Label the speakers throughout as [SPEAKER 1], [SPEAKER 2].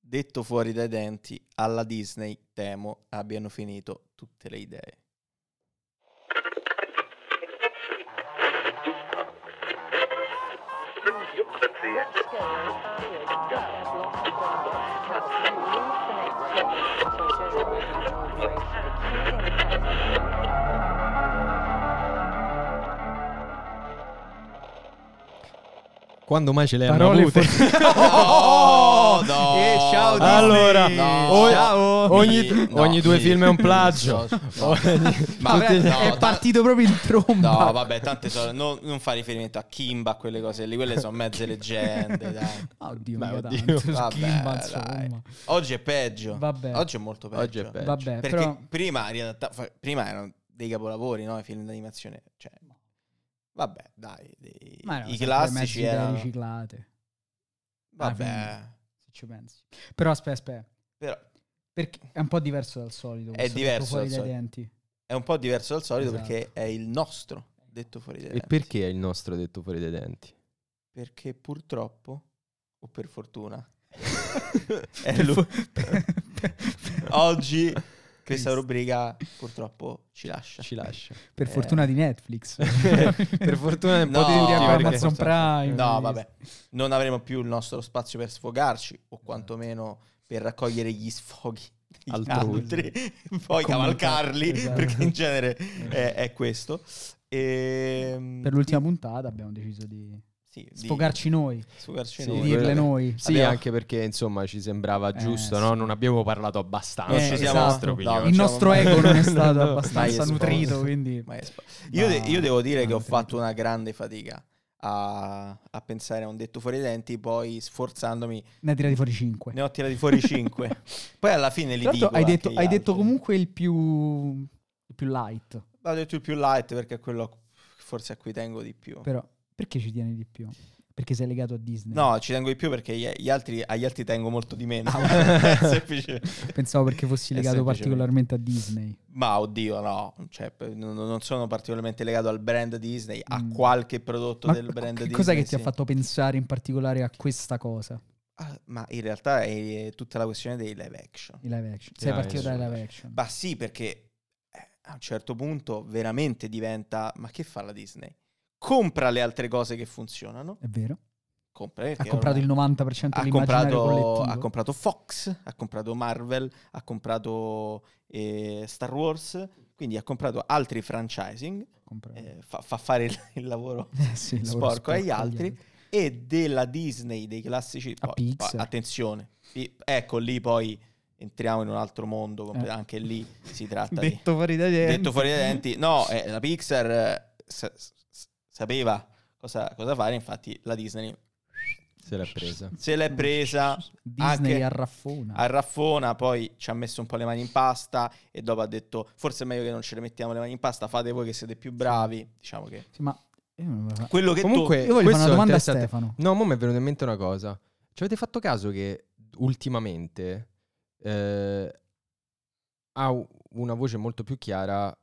[SPEAKER 1] detto fuori dai denti, alla Disney temo abbiano finito tutte le idee.
[SPEAKER 2] Quando mai ce le hanno
[SPEAKER 3] Parole
[SPEAKER 2] avute?
[SPEAKER 1] Oh, no.
[SPEAKER 3] Eh, ciao Disney.
[SPEAKER 2] Allora,
[SPEAKER 1] No.
[SPEAKER 2] o-
[SPEAKER 3] ciao.
[SPEAKER 2] ogni,
[SPEAKER 1] No,
[SPEAKER 2] ogni due
[SPEAKER 1] sì.
[SPEAKER 2] film è un plagio.
[SPEAKER 1] No.
[SPEAKER 2] Ogni-
[SPEAKER 1] Ma
[SPEAKER 2] tutti-
[SPEAKER 1] vabbè, no,
[SPEAKER 3] è
[SPEAKER 1] da-
[SPEAKER 3] partito proprio il tromba.
[SPEAKER 1] No, vabbè, tante sono. no- non fa riferimento a Kimba, a quelle cose lì, quelle sono mezze leggende. Dai.
[SPEAKER 3] Oddio,
[SPEAKER 2] Beh,
[SPEAKER 3] mica
[SPEAKER 2] oddio.
[SPEAKER 3] tanto.
[SPEAKER 1] Vabbè,
[SPEAKER 3] Kimba,
[SPEAKER 1] dai.
[SPEAKER 3] insomma.
[SPEAKER 1] Oggi è peggio.
[SPEAKER 3] Vabbè.
[SPEAKER 1] Oggi è molto peggio.
[SPEAKER 2] Oggi è peggio.
[SPEAKER 3] Vabbè,
[SPEAKER 1] Perché
[SPEAKER 3] però
[SPEAKER 1] prima, riadatta- fa- prima erano dei capolavori, no? I film d'animazione. Cioè, vabbè, dai. dei-
[SPEAKER 3] ma erano
[SPEAKER 1] I
[SPEAKER 3] sempre mezzi
[SPEAKER 1] classici
[SPEAKER 3] idee
[SPEAKER 1] erano.
[SPEAKER 3] riciclate, Ah,
[SPEAKER 1] Vabbè.
[SPEAKER 3] quindi. se ci pensi. Però aspetta, aspetta,
[SPEAKER 1] Però
[SPEAKER 3] perché è un po' diverso dal solito.
[SPEAKER 1] È
[SPEAKER 3] questo
[SPEAKER 1] diverso dal
[SPEAKER 3] fuori dai
[SPEAKER 1] solito.
[SPEAKER 3] denti.
[SPEAKER 1] è un po' diverso dal solito
[SPEAKER 3] Esatto.
[SPEAKER 1] perché è il nostro, detto fuori dai
[SPEAKER 2] E
[SPEAKER 1] denti.
[SPEAKER 2] eh, perché è il nostro detto fuori dai denti?
[SPEAKER 1] Perché purtroppo, o per fortuna, è
[SPEAKER 3] Per
[SPEAKER 1] lui.
[SPEAKER 3] fu- per-
[SPEAKER 1] oggi questa
[SPEAKER 3] Cristo.
[SPEAKER 1] rubrica purtroppo ci lascia.
[SPEAKER 2] Ci lascia.
[SPEAKER 3] per
[SPEAKER 1] Eh.
[SPEAKER 3] fortuna di Netflix.
[SPEAKER 2] per fortuna è un
[SPEAKER 1] No,
[SPEAKER 2] po' di
[SPEAKER 1] Tutti abbiamo
[SPEAKER 2] perché-
[SPEAKER 3] Amazon Prime.
[SPEAKER 1] No, vabbè, non avremo più il nostro spazio per sfogarci o quantomeno per raccogliere gli sfoghi degli
[SPEAKER 2] Altrui.
[SPEAKER 1] altri, poi
[SPEAKER 3] Commentare,
[SPEAKER 1] cavalcarli,
[SPEAKER 3] esatto.
[SPEAKER 1] perché in genere è, è questo. Ehm,
[SPEAKER 3] Per l'ultima puntata abbiamo deciso di
[SPEAKER 1] sì, di-
[SPEAKER 3] sfogarci noi,
[SPEAKER 1] sfogarci
[SPEAKER 2] Sì,
[SPEAKER 3] di
[SPEAKER 1] noi.
[SPEAKER 2] quello
[SPEAKER 3] dirle
[SPEAKER 2] è-
[SPEAKER 3] noi.
[SPEAKER 2] Sì,
[SPEAKER 1] Abbiamo-
[SPEAKER 2] anche perché insomma ci sembrava
[SPEAKER 3] Eh,
[SPEAKER 2] giusto,
[SPEAKER 3] sì.
[SPEAKER 2] no? Non abbiamo parlato abbastanza. Esatto.
[SPEAKER 1] Non ci
[SPEAKER 2] del
[SPEAKER 1] siamo-
[SPEAKER 2] nostro,
[SPEAKER 1] no,
[SPEAKER 2] quindi-
[SPEAKER 1] non
[SPEAKER 3] Il
[SPEAKER 1] facciamo
[SPEAKER 3] nostro
[SPEAKER 1] mai-
[SPEAKER 3] ego non è
[SPEAKER 2] No.
[SPEAKER 3] stato
[SPEAKER 1] Mai
[SPEAKER 3] abbastanza
[SPEAKER 1] esposto.
[SPEAKER 3] nutrito, quindi
[SPEAKER 1] Ma è sp- io, de-
[SPEAKER 3] Ma-
[SPEAKER 1] io devo dire
[SPEAKER 3] ma
[SPEAKER 1] che ho
[SPEAKER 3] non
[SPEAKER 1] fatto una grande fatica a, a pensare a un detto fuori dai denti, poi sforzandomi
[SPEAKER 3] ne ha tirati fuori 5.
[SPEAKER 1] ne ho tirati fuori 5. poi alla fine li dico.
[SPEAKER 3] hai
[SPEAKER 1] anche
[SPEAKER 3] detto,
[SPEAKER 1] gli
[SPEAKER 3] hai detto
[SPEAKER 1] altri. Oh.
[SPEAKER 3] comunque il più, il più light,
[SPEAKER 1] Ho detto il più light perché è quello forse a cui tengo di più.
[SPEAKER 3] però perché ci tieni di più? Perché sei legato a Disney?
[SPEAKER 1] No, ci tengo di più perché gli, gli altri, agli altri tengo molto di meno.
[SPEAKER 3] Ah,
[SPEAKER 1] Semplice.
[SPEAKER 3] Pensavo perché fossi
[SPEAKER 1] È
[SPEAKER 3] legato
[SPEAKER 1] semplicemente-
[SPEAKER 3] particolarmente a Disney.
[SPEAKER 1] Ma oddio, no. Cioè, p- non, non sono particolarmente legato al brand Disney, a
[SPEAKER 3] Mm.
[SPEAKER 1] qualche prodotto
[SPEAKER 3] Ma
[SPEAKER 1] del brand
[SPEAKER 3] che
[SPEAKER 1] Disney.
[SPEAKER 3] cos'è che ti ha
[SPEAKER 1] sì.
[SPEAKER 3] fatto pensare in particolare a questa cosa?
[SPEAKER 1] Ah, ma in realtà è tutta la questione dei live action.
[SPEAKER 3] I live action. Sei
[SPEAKER 2] Live
[SPEAKER 3] partito dai
[SPEAKER 2] action.
[SPEAKER 3] live action.
[SPEAKER 1] Ma sì, perché eh, a un certo punto veramente diventa. Ma che fa la Disney? Compra le altre cose che funzionano.
[SPEAKER 3] È vero.
[SPEAKER 1] Compra,
[SPEAKER 3] Eh. Ha
[SPEAKER 1] perché
[SPEAKER 3] comprato
[SPEAKER 1] ormai-
[SPEAKER 3] il 90%
[SPEAKER 1] ha
[SPEAKER 3] dell'immaginario
[SPEAKER 1] comprato,
[SPEAKER 3] collettivo.
[SPEAKER 1] ha comprato Fox, ha comprato Marvel, ha comprato eh, Star Wars, quindi ha comprato altri franchising,
[SPEAKER 3] Comprato.
[SPEAKER 1] eh, fa, fa fare il, il lavoro
[SPEAKER 3] Eh sì, il lavoro
[SPEAKER 1] sporco agli altri e della Disney, dei classici...
[SPEAKER 3] A
[SPEAKER 1] poi-
[SPEAKER 3] Pixar.
[SPEAKER 1] poi, attenzione, i- ecco lì poi entriamo in un altro mondo, comple-
[SPEAKER 3] Eh.
[SPEAKER 1] anche lì si tratta di...
[SPEAKER 3] Detto fuori dai denti.
[SPEAKER 1] Detto fuori dai denti, no, eh, la Pixar eh, sa- s- sapeva cosa, cosa fare, infatti la Disney
[SPEAKER 2] Se l'ha presa.
[SPEAKER 1] se l'è presa...
[SPEAKER 3] Disney
[SPEAKER 1] anche-
[SPEAKER 3] a Raffona.
[SPEAKER 1] a Raffona, poi ci ha messo un po' le mani in pasta e dopo ha detto forse è meglio che non ce le mettiamo le mani in pasta, fate voi che siete più bravi, diciamo che...
[SPEAKER 3] Sì, ma io non lo so.
[SPEAKER 1] Quello che
[SPEAKER 2] Comunque,
[SPEAKER 3] Io voglio
[SPEAKER 2] questo
[SPEAKER 3] fare una
[SPEAKER 2] è
[SPEAKER 3] domanda a
[SPEAKER 2] interessante.
[SPEAKER 3] Stefano.
[SPEAKER 2] No, mo' mi è venuta in mente una cosa. Ci avete fatto caso che ultimamente eh, ha u- una voce molto più chiara,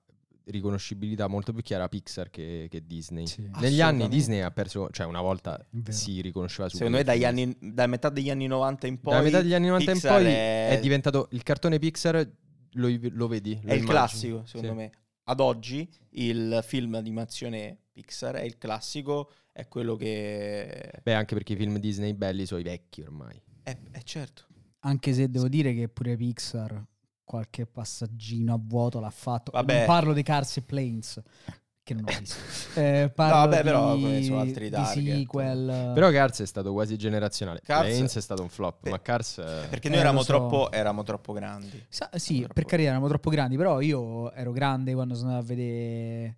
[SPEAKER 2] riconoscibilità molto più chiara Pixar che, che Disney.
[SPEAKER 3] Sì.
[SPEAKER 1] Ah,
[SPEAKER 2] Negli anni
[SPEAKER 1] Assolutamente.
[SPEAKER 2] Disney ha perso, cioè una volta
[SPEAKER 3] Vero.
[SPEAKER 2] si riconosceva
[SPEAKER 1] tu,
[SPEAKER 2] subito.
[SPEAKER 1] secondo me dagli anni, da metà degli anni 90 in poi...
[SPEAKER 2] Dalla metà degli anni 90
[SPEAKER 1] Pixar
[SPEAKER 2] in poi
[SPEAKER 1] è-
[SPEAKER 2] è... diventato il cartone Pixar, lo, lo vedi. lo
[SPEAKER 1] È il
[SPEAKER 2] immagini.
[SPEAKER 1] classico, secondo
[SPEAKER 2] Sì.
[SPEAKER 1] me. Ad oggi il film animazione Pixar è il classico, è quello che... È,
[SPEAKER 2] Beh, anche perché i film Disney belli sono i vecchi ormai.
[SPEAKER 1] è certo.
[SPEAKER 3] Anche se devo dire che pure Pixar qualche passaggino a vuoto l'ha fatto.
[SPEAKER 1] Vabbè.
[SPEAKER 3] Non parlo di Cars e Planes, che non ho visto. Eh, parlo
[SPEAKER 1] vabbè, però,
[SPEAKER 3] di,
[SPEAKER 1] quelli sono altri
[SPEAKER 3] di
[SPEAKER 1] target.
[SPEAKER 3] sequel.
[SPEAKER 2] Però Cars è stato quasi generazionale.
[SPEAKER 1] Cars-
[SPEAKER 2] Planes è stato un flop,
[SPEAKER 1] Beh,
[SPEAKER 2] ma Cars... eh,
[SPEAKER 1] Cioè, Perché
[SPEAKER 3] Eh,
[SPEAKER 1] noi
[SPEAKER 3] lo
[SPEAKER 1] eravamo,
[SPEAKER 3] so.
[SPEAKER 1] troppo, eravamo troppo grandi.
[SPEAKER 3] Sa- sì,
[SPEAKER 1] Troppo-
[SPEAKER 3] per carità, eravamo troppo grandi, però io ero grande quando sono andato a vedere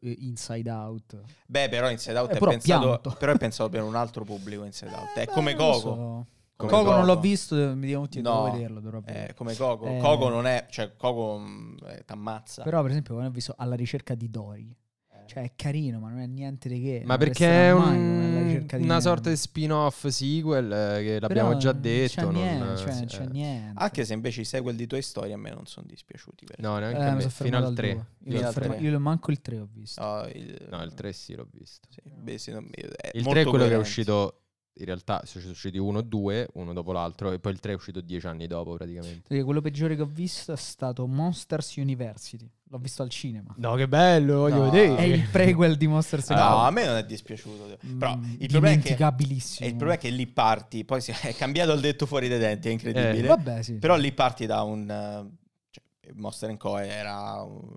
[SPEAKER 3] eh, Inside Out.
[SPEAKER 1] Beh, però Inside Out
[SPEAKER 3] Eh,
[SPEAKER 1] è,
[SPEAKER 3] però
[SPEAKER 1] pensato,
[SPEAKER 3] pianto.
[SPEAKER 1] però è pensato per un altro pubblico Inside Out. È
[SPEAKER 3] Eh, Beh,
[SPEAKER 1] come
[SPEAKER 3] non lo
[SPEAKER 1] Coco.
[SPEAKER 3] so.
[SPEAKER 1] Come
[SPEAKER 3] Coco, non l'ho
[SPEAKER 1] Coco.
[SPEAKER 3] visto, eh, mi devo,
[SPEAKER 1] No.
[SPEAKER 3] devo vederlo, dovrò vederlo.
[SPEAKER 1] Eh, come Coco.
[SPEAKER 3] Eh.
[SPEAKER 1] Coco non è, cioè Coco mm, eh, t'ammazza.
[SPEAKER 3] Però, per esempio, quando ho visto alla ricerca di Dory.
[SPEAKER 1] Eh.
[SPEAKER 3] Cioè, è carino, ma non è niente di che.
[SPEAKER 2] Ma
[SPEAKER 3] non
[SPEAKER 2] perché
[SPEAKER 3] resterà
[SPEAKER 2] è
[SPEAKER 3] mai come Alla
[SPEAKER 2] un-
[SPEAKER 3] ricerca di
[SPEAKER 2] una
[SPEAKER 3] Nemo.
[SPEAKER 2] sorta di spin-off sequel eh, che
[SPEAKER 3] Però
[SPEAKER 2] l'abbiamo già
[SPEAKER 3] non
[SPEAKER 2] detto.
[SPEAKER 3] c'è
[SPEAKER 2] non-
[SPEAKER 3] niente, cioè,
[SPEAKER 2] eh,
[SPEAKER 3] non c'è niente.
[SPEAKER 1] Anche se invece i sequel di Toy Story a me non sono dispiaciuti. per
[SPEAKER 2] No,
[SPEAKER 3] Eh,
[SPEAKER 2] neanche
[SPEAKER 3] mi
[SPEAKER 2] a
[SPEAKER 3] sono
[SPEAKER 2] me. Fino
[SPEAKER 3] fermato
[SPEAKER 2] al 3.
[SPEAKER 3] due. Io,
[SPEAKER 1] Fino
[SPEAKER 3] lo
[SPEAKER 1] al
[SPEAKER 3] fermo-
[SPEAKER 1] tre.
[SPEAKER 3] io lo- manco il 3 ho visto.
[SPEAKER 1] esempio. No, il,
[SPEAKER 2] No, il 3 sì, l'ho visto.
[SPEAKER 1] sì, beh, sì, non- è
[SPEAKER 2] Il
[SPEAKER 1] molto
[SPEAKER 2] 3 è quello che è
[SPEAKER 1] coerente.
[SPEAKER 2] uscito in realtà sono usciti uno o due, uno dopo l'altro, e poi il 3 è uscito dieci anni dopo praticamente.
[SPEAKER 3] Perché quello peggiore che ho visto è stato Monsters University. L'ho visto al cinema.
[SPEAKER 4] No, che bello, voglio
[SPEAKER 1] No. Eh,
[SPEAKER 4] vedere.
[SPEAKER 3] È il prequel di Monsters
[SPEAKER 1] No,
[SPEAKER 2] Ah.
[SPEAKER 3] University.
[SPEAKER 1] a me non è dispiaciuto.
[SPEAKER 3] Mm,
[SPEAKER 1] Però il problema è che
[SPEAKER 3] dimenticabilissimo.
[SPEAKER 1] E il problema è che lì parti, poi si è cambiato il detto fuori dai denti, è incredibile.
[SPEAKER 2] che-
[SPEAKER 3] Vabbè, sì.
[SPEAKER 1] Però lì parti da un... eh, Cioè, Monster Co. era... un-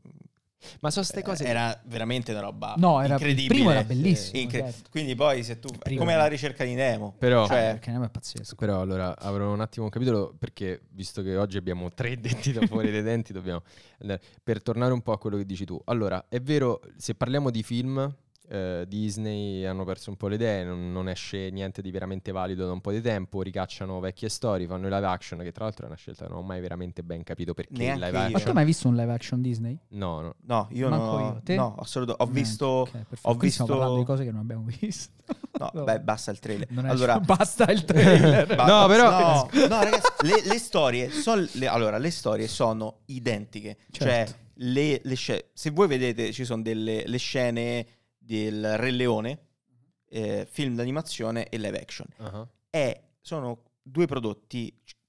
[SPEAKER 2] Ma sono queste cose...
[SPEAKER 1] Era veramente una roba
[SPEAKER 3] No, era- il
[SPEAKER 1] incredibile.
[SPEAKER 3] primo era bellissimo,
[SPEAKER 1] Incre-
[SPEAKER 3] certo.
[SPEAKER 1] Quindi poi se tu...
[SPEAKER 3] primo
[SPEAKER 1] Come
[SPEAKER 3] era-
[SPEAKER 1] la ricerca di Nemo.
[SPEAKER 2] Però...
[SPEAKER 1] cioè-
[SPEAKER 3] Eh, perché ne è pazzesco.
[SPEAKER 2] Però allora avrò un attimo un capitolo perché visto che oggi abbiamo tre denti da fuori dai denti dobbiamo andare. Per tornare un po' a quello che dici tu. Allora, è vero, se parliamo di film, eh, Disney hanno perso un po' le idee, non, non esce niente di veramente valido da un po' di tempo, ricacciano vecchie storie, fanno i live action, che tra l'altro è una scelta che non ho mai veramente ben capito perché il
[SPEAKER 1] Neanche
[SPEAKER 2] live
[SPEAKER 1] io.
[SPEAKER 3] Ma tu
[SPEAKER 2] action...
[SPEAKER 3] hai mai visto un live action Disney?
[SPEAKER 2] No, no.
[SPEAKER 1] No, io
[SPEAKER 3] Manco
[SPEAKER 1] no...
[SPEAKER 3] io, te?
[SPEAKER 1] No, assolutamente. Ho
[SPEAKER 3] No,
[SPEAKER 1] visto...
[SPEAKER 3] ok, perfetto.
[SPEAKER 1] ho
[SPEAKER 3] Qui Stiamo
[SPEAKER 1] visto-
[SPEAKER 3] parlando di cose che non abbiamo visto.
[SPEAKER 1] No,
[SPEAKER 3] No.
[SPEAKER 1] beh, basta il trailer.
[SPEAKER 3] Non è-
[SPEAKER 1] allora,
[SPEAKER 3] basta il trailer.
[SPEAKER 1] Ba-
[SPEAKER 2] No, però-
[SPEAKER 1] No, no, ragazzi, le, le storie son- le- allora, le storie sono identiche.
[SPEAKER 3] Certo.
[SPEAKER 1] Cioè, le, le sce- se voi vedete, ci sono delle le scene del Re Leone,
[SPEAKER 3] Mhm.
[SPEAKER 1] eh, film d'animazione e live action.
[SPEAKER 2] Ah.
[SPEAKER 1] È- sono due prodotti.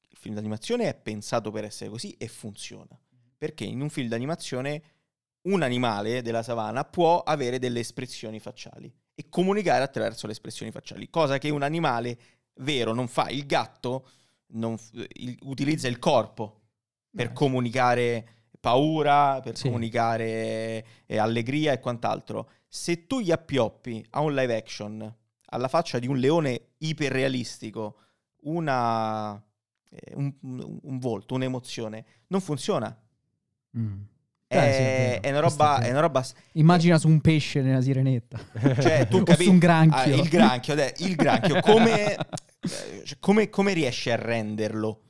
[SPEAKER 1] Il film d'animazione è pensato per essere così e funziona. Perché in un film d'animazione un animale della savana può avere delle espressioni facciali e comunicare attraverso le espressioni facciali, cosa che un animale vero non fa. Il gatto non f- il- utilizza il corpo per
[SPEAKER 3] Nice.
[SPEAKER 1] comunicare paura, per
[SPEAKER 3] Sì.
[SPEAKER 1] comunicare eh, allegria e quant'altro. Se tu gli appioppi a un live action alla faccia di un leone iperrealistico una, eh, un, un- un volto, un'emozione, non funziona.
[SPEAKER 3] Mm.
[SPEAKER 1] È,
[SPEAKER 3] Eh, sì, è vero,
[SPEAKER 1] è una
[SPEAKER 3] questo
[SPEAKER 1] roba,
[SPEAKER 3] è
[SPEAKER 1] è
[SPEAKER 3] vero.
[SPEAKER 1] una roba s-
[SPEAKER 3] Immagina su un pesce nella sirenetta.
[SPEAKER 1] cioè, tu
[SPEAKER 3] O
[SPEAKER 1] capi-
[SPEAKER 3] su un granchio.
[SPEAKER 1] Ah, il granchio, dai, il granchio, come, eh, cioè, come, come riesci a renderlo?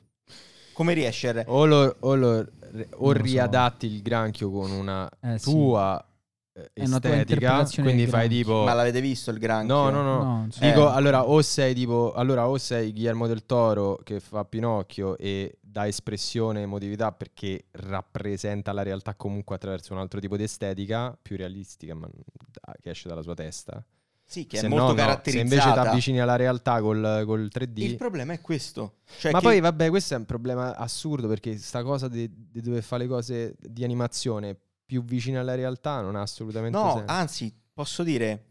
[SPEAKER 1] Come riesci a renderlo?
[SPEAKER 2] O, lo- o lo- o
[SPEAKER 3] lo so.
[SPEAKER 2] riadatti il granchio con una
[SPEAKER 3] Eh, sì.
[SPEAKER 2] tua eh,
[SPEAKER 3] È una tua
[SPEAKER 2] estetica,
[SPEAKER 3] interpretazione
[SPEAKER 2] quindi
[SPEAKER 3] del
[SPEAKER 2] fai
[SPEAKER 3] granchio.
[SPEAKER 2] tipo...
[SPEAKER 1] Ma l'avete visto il granchio?
[SPEAKER 2] Oh. No, no, no.
[SPEAKER 3] No, insomma.
[SPEAKER 2] Dico,
[SPEAKER 1] Eh.
[SPEAKER 2] allora, o sei tipo, allora, o sei Guillermo del Toro che fa Pinocchio e dà espressione e emotività perché rappresenta la realtà comunque attraverso un altro tipo di estetica, più realistica, ma da- che esce dalla sua testa.
[SPEAKER 1] Sì, che è
[SPEAKER 2] Se no,
[SPEAKER 1] molto
[SPEAKER 2] no.
[SPEAKER 1] caratterizzata.
[SPEAKER 2] Se invece ti avvicini alla realtà col, col 3D.
[SPEAKER 1] Il problema è questo. Cioè
[SPEAKER 2] Ma
[SPEAKER 1] che-
[SPEAKER 2] poi vabbè, questo è un problema assurdo perché sta cosa di, di dover fare le cose di animazione più vicine alla realtà non ha assolutamente
[SPEAKER 1] No,
[SPEAKER 2] senso.
[SPEAKER 1] anzi, posso dire,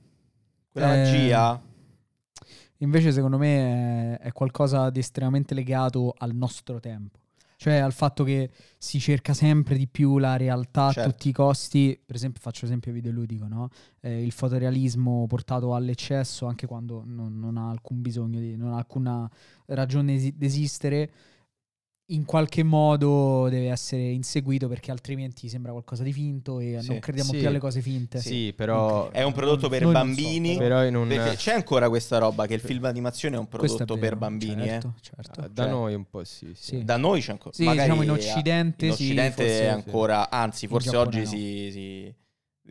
[SPEAKER 1] quella
[SPEAKER 3] Eh,
[SPEAKER 1] magia...
[SPEAKER 3] Invece, secondo me, è- è qualcosa di estremamente legato al nostro tempo. Cioè al fatto che si cerca sempre di più la realtà
[SPEAKER 1] Certo.
[SPEAKER 3] a tutti i costi. Per esempio, faccio esempio videoludico, no? Eh, il fotorealismo portato all'eccesso anche quando non, non ha alcun bisogno, di, non ha alcuna ragione esi- d'esistere. In qualche modo deve essere inseguito perché altrimenti sembra qualcosa di finto e
[SPEAKER 1] Sì.
[SPEAKER 3] non crediamo
[SPEAKER 2] Sì.
[SPEAKER 3] più alle cose finte.
[SPEAKER 2] Sì, però,
[SPEAKER 1] È un prodotto per
[SPEAKER 3] Noi non so,
[SPEAKER 1] bambini.
[SPEAKER 2] però in un...
[SPEAKER 1] Eh, Perché c'è ancora questa roba che il film d'animazione è un
[SPEAKER 3] Questo
[SPEAKER 1] prodotto
[SPEAKER 3] è
[SPEAKER 1] per
[SPEAKER 3] vero,
[SPEAKER 1] bambini. eh.
[SPEAKER 3] certo, certo.
[SPEAKER 2] da
[SPEAKER 1] cioè-
[SPEAKER 2] noi un po' sì. sì.
[SPEAKER 3] Sì.
[SPEAKER 1] Da noi c'è ancora.
[SPEAKER 3] Sì,
[SPEAKER 1] magari
[SPEAKER 3] diciamo in
[SPEAKER 1] a-
[SPEAKER 3] Occidente
[SPEAKER 1] in
[SPEAKER 3] sì,
[SPEAKER 1] Occidente
[SPEAKER 3] forse
[SPEAKER 1] è
[SPEAKER 3] sì.
[SPEAKER 1] ancora, anzi,
[SPEAKER 3] In
[SPEAKER 1] forse
[SPEAKER 3] Giappone
[SPEAKER 1] oggi
[SPEAKER 3] no.
[SPEAKER 1] si, si-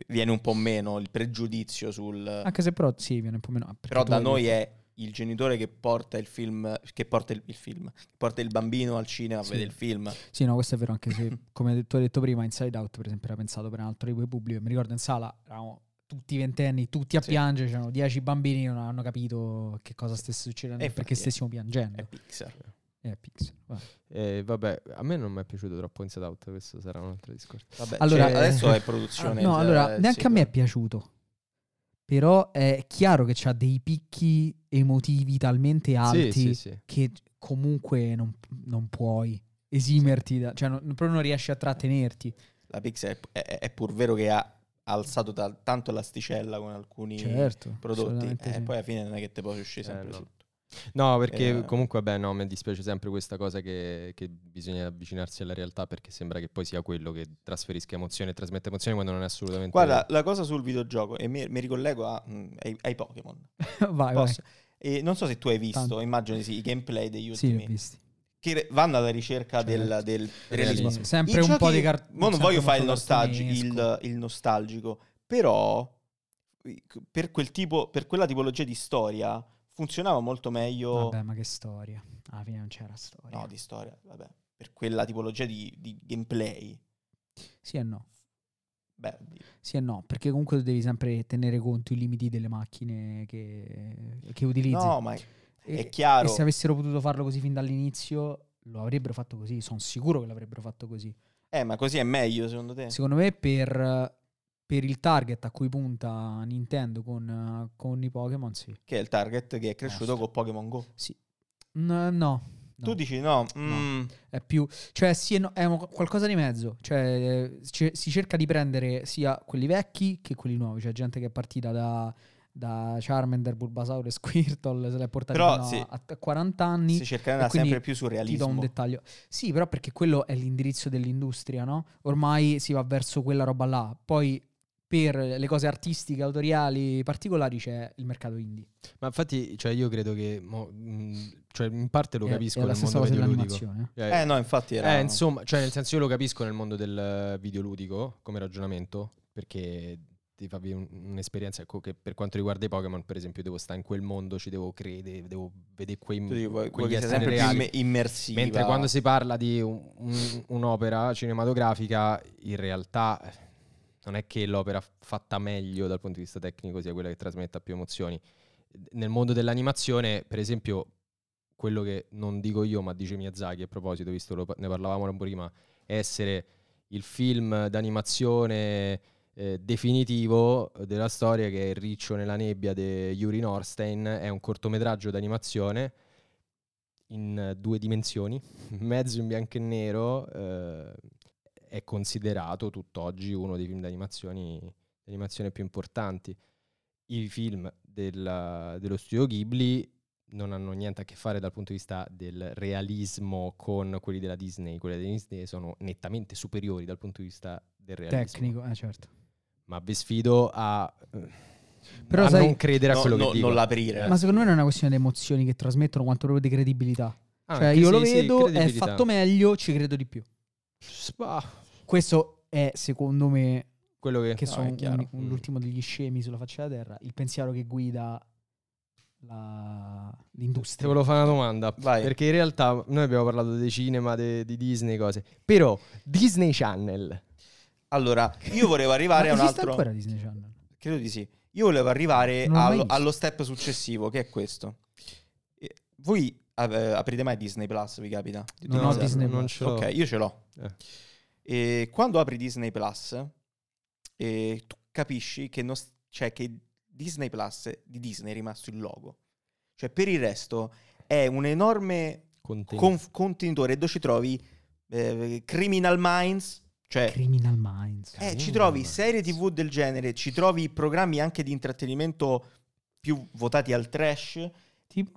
[SPEAKER 1] viene un po' meno il pregiudizio sul.
[SPEAKER 3] Anche se però sì, viene un po' meno. ah, perché
[SPEAKER 1] però
[SPEAKER 3] tu
[SPEAKER 1] da
[SPEAKER 3] hai
[SPEAKER 1] noi
[SPEAKER 3] detto-
[SPEAKER 1] è il genitore che porta il film, che porta il, il film, che porta il bambino al cinema
[SPEAKER 3] Sì.
[SPEAKER 1] a vedere il film.
[SPEAKER 3] Sì, no, questo è vero, anche se, come tu hai detto prima, Inside Out, per esempio, era pensato per un altro tipo di pubblico. Mi ricordo in sala eravamo tutti ventenni, tutti a
[SPEAKER 1] Sì.
[SPEAKER 3] piangere, c'erano dieci bambini che non hanno capito che cosa stesse succedendo
[SPEAKER 1] E
[SPEAKER 3] e perché
[SPEAKER 1] infatti eh. è-
[SPEAKER 3] stessimo piangendo.
[SPEAKER 1] È Pixar.
[SPEAKER 3] Eh, Pixar, vabbè.
[SPEAKER 2] Eh, vabbè, a me non mi è piaciuto troppo Inside Out, questo sarà un altro discorso.
[SPEAKER 1] Vabbè,
[SPEAKER 3] Allora- eh,
[SPEAKER 1] cioè, adesso è produzione.
[SPEAKER 3] No,
[SPEAKER 1] il-
[SPEAKER 3] allora,
[SPEAKER 1] il
[SPEAKER 3] neanche a me è
[SPEAKER 1] sequel.
[SPEAKER 3] piaciuto. Però è chiaro che c'ha dei picchi emotivi talmente alti
[SPEAKER 2] Sì, sì, sì.
[SPEAKER 3] che comunque non, non puoi esimerti, da- cioè non- proprio non riesci a trattenerti.
[SPEAKER 1] La Pixar è, è- è pur vero che ha alzato tal- tanto l'asticella con alcuni
[SPEAKER 3] certo.
[SPEAKER 1] prodotti,
[SPEAKER 3] assolutamente
[SPEAKER 1] e
[SPEAKER 3] sì.
[SPEAKER 1] poi alla fine non è che te puoi uscire sempre
[SPEAKER 2] Eh, no.
[SPEAKER 1] sotto.
[SPEAKER 2] No, perché
[SPEAKER 1] Eh.
[SPEAKER 2] comunque, beh, no, mi dispiace sempre questa cosa che, che bisogna avvicinarsi alla realtà perché sembra che poi sia quello che trasferisca emozione e trasmette emozione quando non è assolutamente
[SPEAKER 1] Guarda, la cosa sul videogioco, e mi, mi ricollego a, mm, ai, ai Pokémon.
[SPEAKER 3] vai, vai.
[SPEAKER 1] Posso? E non so se tu hai visto,
[SPEAKER 3] Tanto.
[SPEAKER 1] immagino di sì, i gameplay degli
[SPEAKER 3] Sì, li ho
[SPEAKER 1] ultimi
[SPEAKER 3] visti.
[SPEAKER 1] che re- vanno alla ricerca del,
[SPEAKER 3] Certo.
[SPEAKER 1] del realismo.
[SPEAKER 2] Realismo.
[SPEAKER 3] Sì, Sempre
[SPEAKER 1] I
[SPEAKER 3] un po'
[SPEAKER 1] giochi-
[SPEAKER 3] di cartone.
[SPEAKER 1] mo non voglio fare il, nostalgi- il- il nostalgico, però per, quel tipo, per quella tipologia di storia funzionava molto meglio.
[SPEAKER 3] Vabbè, ma che storia. Alla fine non c'era storia.
[SPEAKER 1] No, di storia, vabbè. Per quella tipologia di, di gameplay.
[SPEAKER 3] Sì e no.
[SPEAKER 1] Beh, di-
[SPEAKER 3] Sì e no, perché comunque tu devi sempre tenere conto i limiti delle macchine che, che utilizzi.
[SPEAKER 1] no, ma È chiaro.
[SPEAKER 3] E se avessero potuto farlo così fin dall'inizio, lo avrebbero fatto così. Sono sicuro che l'avrebbero fatto così.
[SPEAKER 1] Eh, ma così è meglio secondo te?
[SPEAKER 3] Secondo me, per, per il target a cui punta Nintendo con, con i Pokémon, sì.
[SPEAKER 1] Che è il target che è cresciuto
[SPEAKER 3] Nostro.
[SPEAKER 1] con Pokémon Go.
[SPEAKER 3] N- no, No.
[SPEAKER 1] Tu dici no, mm,
[SPEAKER 3] è più. Cioè, sì e no, è un- qualcosa di mezzo. Cioè, eh, ce- si cerca di prendere sia quelli vecchi che quelli nuovi. C'è gente che è partita da. Da Charmander, Bulbasaur e Squirtle se l'è portata
[SPEAKER 1] Però,
[SPEAKER 3] fino
[SPEAKER 1] sì.
[SPEAKER 3] a- a t- 40 anni.
[SPEAKER 1] si cercherà
[SPEAKER 3] e quindi
[SPEAKER 1] sempre più
[SPEAKER 3] Ti do un
[SPEAKER 1] surrealismo.
[SPEAKER 3] dettaglio. Sì, però perché quello è l'indirizzo dell'industria, no? Ormai si va verso quella roba là. Poi per le cose artistiche, autoriali, particolari c'è il mercato indie.
[SPEAKER 2] Ma infatti, cioè, io credo che. mo- mh, cioè, in parte lo
[SPEAKER 3] È-
[SPEAKER 2] capisco
[SPEAKER 3] Eh, è la
[SPEAKER 2] nel
[SPEAKER 3] stessa
[SPEAKER 2] mondo
[SPEAKER 3] cosa
[SPEAKER 2] videoludico.
[SPEAKER 3] dell'animazione.
[SPEAKER 2] Cioè,
[SPEAKER 1] Eh no, infatti era...
[SPEAKER 2] Eh, insomma, cioè nel senso io lo capisco nel mondo del eh, videoludico come ragionamento, perché ti fa vivere un- un'esperienza ecco, che per quanto riguarda i Pokémon, per esempio, io devo stare in quel mondo, ci devo credere, devo vedere quei,
[SPEAKER 1] tu dici, vuoi- vuoi
[SPEAKER 2] quegli
[SPEAKER 1] che sia
[SPEAKER 2] esseri
[SPEAKER 1] sempre più
[SPEAKER 2] reali.
[SPEAKER 1] imme- immersiva.
[SPEAKER 2] Mentre quando si parla di un- un- un'opera cinematografica, in realtà eh, non è che l'opera fatta meglio dal punto di vista tecnico sia quella che trasmetta più emozioni. Nel mondo dell'animazione, per esempio, quello che non dico io, ma dice Miyazaki a proposito, visto lo pa- ne parlavamo prima, è essere il film d'animazione eh, definitivo della storia che è Il riccio nella nebbia di Yuri Norstein, è un cortometraggio d'animazione in eh, due dimensioni, mezzo in bianco e nero, eh, è considerato tutt'oggi uno dei film d'animazioni, d'animazione più importanti. I film della- dello studio Ghibli non hanno niente a che fare dal punto di vista del realismo con quelli della Disney, quelli della Disney sono nettamente superiori dal punto di vista del realismo.
[SPEAKER 3] Tecnico, eh, certo.
[SPEAKER 2] Ma vi sfido a, eh,
[SPEAKER 3] Però
[SPEAKER 2] a
[SPEAKER 3] sai-
[SPEAKER 2] non credere a
[SPEAKER 1] No,
[SPEAKER 2] quello
[SPEAKER 1] no,
[SPEAKER 2] che dico.
[SPEAKER 1] non l'aprire.
[SPEAKER 2] Eh.
[SPEAKER 3] Ma secondo me non è una questione di emozioni che trasmettono, quanto proprio di credibilità.
[SPEAKER 2] Ah,
[SPEAKER 3] cioè,
[SPEAKER 2] anche
[SPEAKER 3] io
[SPEAKER 2] sì,
[SPEAKER 3] lo
[SPEAKER 2] sì,
[SPEAKER 3] vedo, è
[SPEAKER 2] credibilità.
[SPEAKER 3] fatto meglio, ci credo di più.
[SPEAKER 2] Ah,
[SPEAKER 3] Questo è, secondo me,
[SPEAKER 2] quello
[SPEAKER 1] Eh,
[SPEAKER 2] che,
[SPEAKER 3] che
[SPEAKER 2] no,
[SPEAKER 3] sono
[SPEAKER 2] è
[SPEAKER 3] un-
[SPEAKER 2] chiaro.
[SPEAKER 3] un-
[SPEAKER 2] Mm.
[SPEAKER 3] l'ultimo degli scemi sulla faccia della terra, il pensiero che guida la-
[SPEAKER 2] Te
[SPEAKER 3] l'industria.
[SPEAKER 2] volevo fare una domanda.
[SPEAKER 1] Vai.
[SPEAKER 2] Perché in realtà noi abbiamo parlato di cinema, de- di Disney, cose. Però Disney Channel.
[SPEAKER 1] Allora, io volevo
[SPEAKER 3] Ma
[SPEAKER 1] arrivare a un
[SPEAKER 3] esiste
[SPEAKER 1] altro...
[SPEAKER 3] ancora Disney Channel?
[SPEAKER 1] Credo di sì. Io volevo arrivare
[SPEAKER 3] Non l'ho mai
[SPEAKER 1] allo,
[SPEAKER 3] visto.
[SPEAKER 1] allo step successivo, che è questo. Eh, Voi av- eh, aprite mai Disney Plus, vi capita?
[SPEAKER 3] Non ho
[SPEAKER 1] Utilizzarlo?
[SPEAKER 3] Disney
[SPEAKER 2] non
[SPEAKER 3] Plus.
[SPEAKER 2] ce l'ho.
[SPEAKER 1] Ok, io ce l'ho.
[SPEAKER 2] Eh.
[SPEAKER 1] E quando apri Disney Plus, eh, tu capisci che, non s- cioè, che Disney Plus di Disney è rimasto il logo. Cioè, per il resto è un enorme
[SPEAKER 2] Contenti.
[SPEAKER 1] conf- contenitore dove ci trovi eh, Criminal Minds, cioè
[SPEAKER 3] Criminal Minds.
[SPEAKER 1] eh, ci
[SPEAKER 2] Carino,
[SPEAKER 1] trovi
[SPEAKER 2] beh.
[SPEAKER 1] serie tv del genere, ci trovi programmi anche di intrattenimento più votati al trash.
[SPEAKER 3] Tipo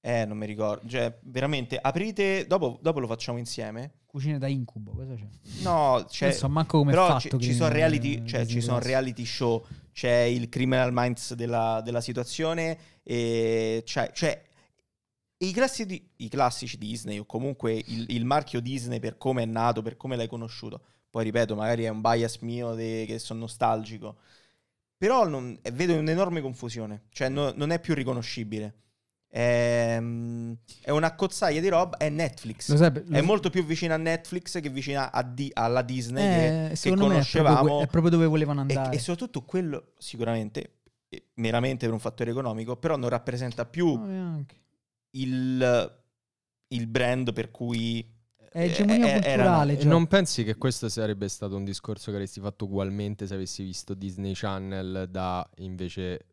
[SPEAKER 1] Eh, non mi ricordo. Cioè, veramente, aprite. Dopo, dopo lo facciamo insieme.
[SPEAKER 3] cucine da incubo, cosa c'è?
[SPEAKER 1] No, cioè,
[SPEAKER 3] non
[SPEAKER 1] c'è.
[SPEAKER 3] so manco come è
[SPEAKER 1] però
[SPEAKER 3] fatto.
[SPEAKER 1] ci, ci
[SPEAKER 3] Criminal-
[SPEAKER 1] sono reality, cioè,
[SPEAKER 3] Disney
[SPEAKER 1] ci sono
[SPEAKER 3] Plus.
[SPEAKER 1] reality show, c'è il criminal minds della, della situazione, e c'è, c'è- i, classi di- i classici Disney o comunque il, il marchio Disney per come è nato, per come l'hai conosciuto. Poi ripeto, magari è un bias mio de- che sono nostalgico, però non- eh, vedo un'enorme confusione, cioè no- non è più riconoscibile. Ehm, È, una cozzaglia di roba, è Netflix.
[SPEAKER 3] Lo sai, lo
[SPEAKER 1] È
[SPEAKER 3] sai-
[SPEAKER 1] molto più vicina a Netflix che vicina a Di- alla Disney che-
[SPEAKER 3] eh,
[SPEAKER 1] che,
[SPEAKER 3] secondo me è proprio,
[SPEAKER 1] conoscevamo.
[SPEAKER 3] que- è proprio dove volevano andare.
[SPEAKER 1] e, e soprattutto quello, sicuramente, eh, meramente per un fattore economico, però non rappresenta più
[SPEAKER 3] No, neanche. Ah.
[SPEAKER 1] il, il brand per cui...
[SPEAKER 3] È egemonia
[SPEAKER 1] eh, eh, erano-
[SPEAKER 3] culturale, cioè.
[SPEAKER 2] E
[SPEAKER 3] Gio.
[SPEAKER 2] Non pensi che questo sarebbe stato un discorso che avresti fatto ugualmente se avessi visto Disney Channel da invece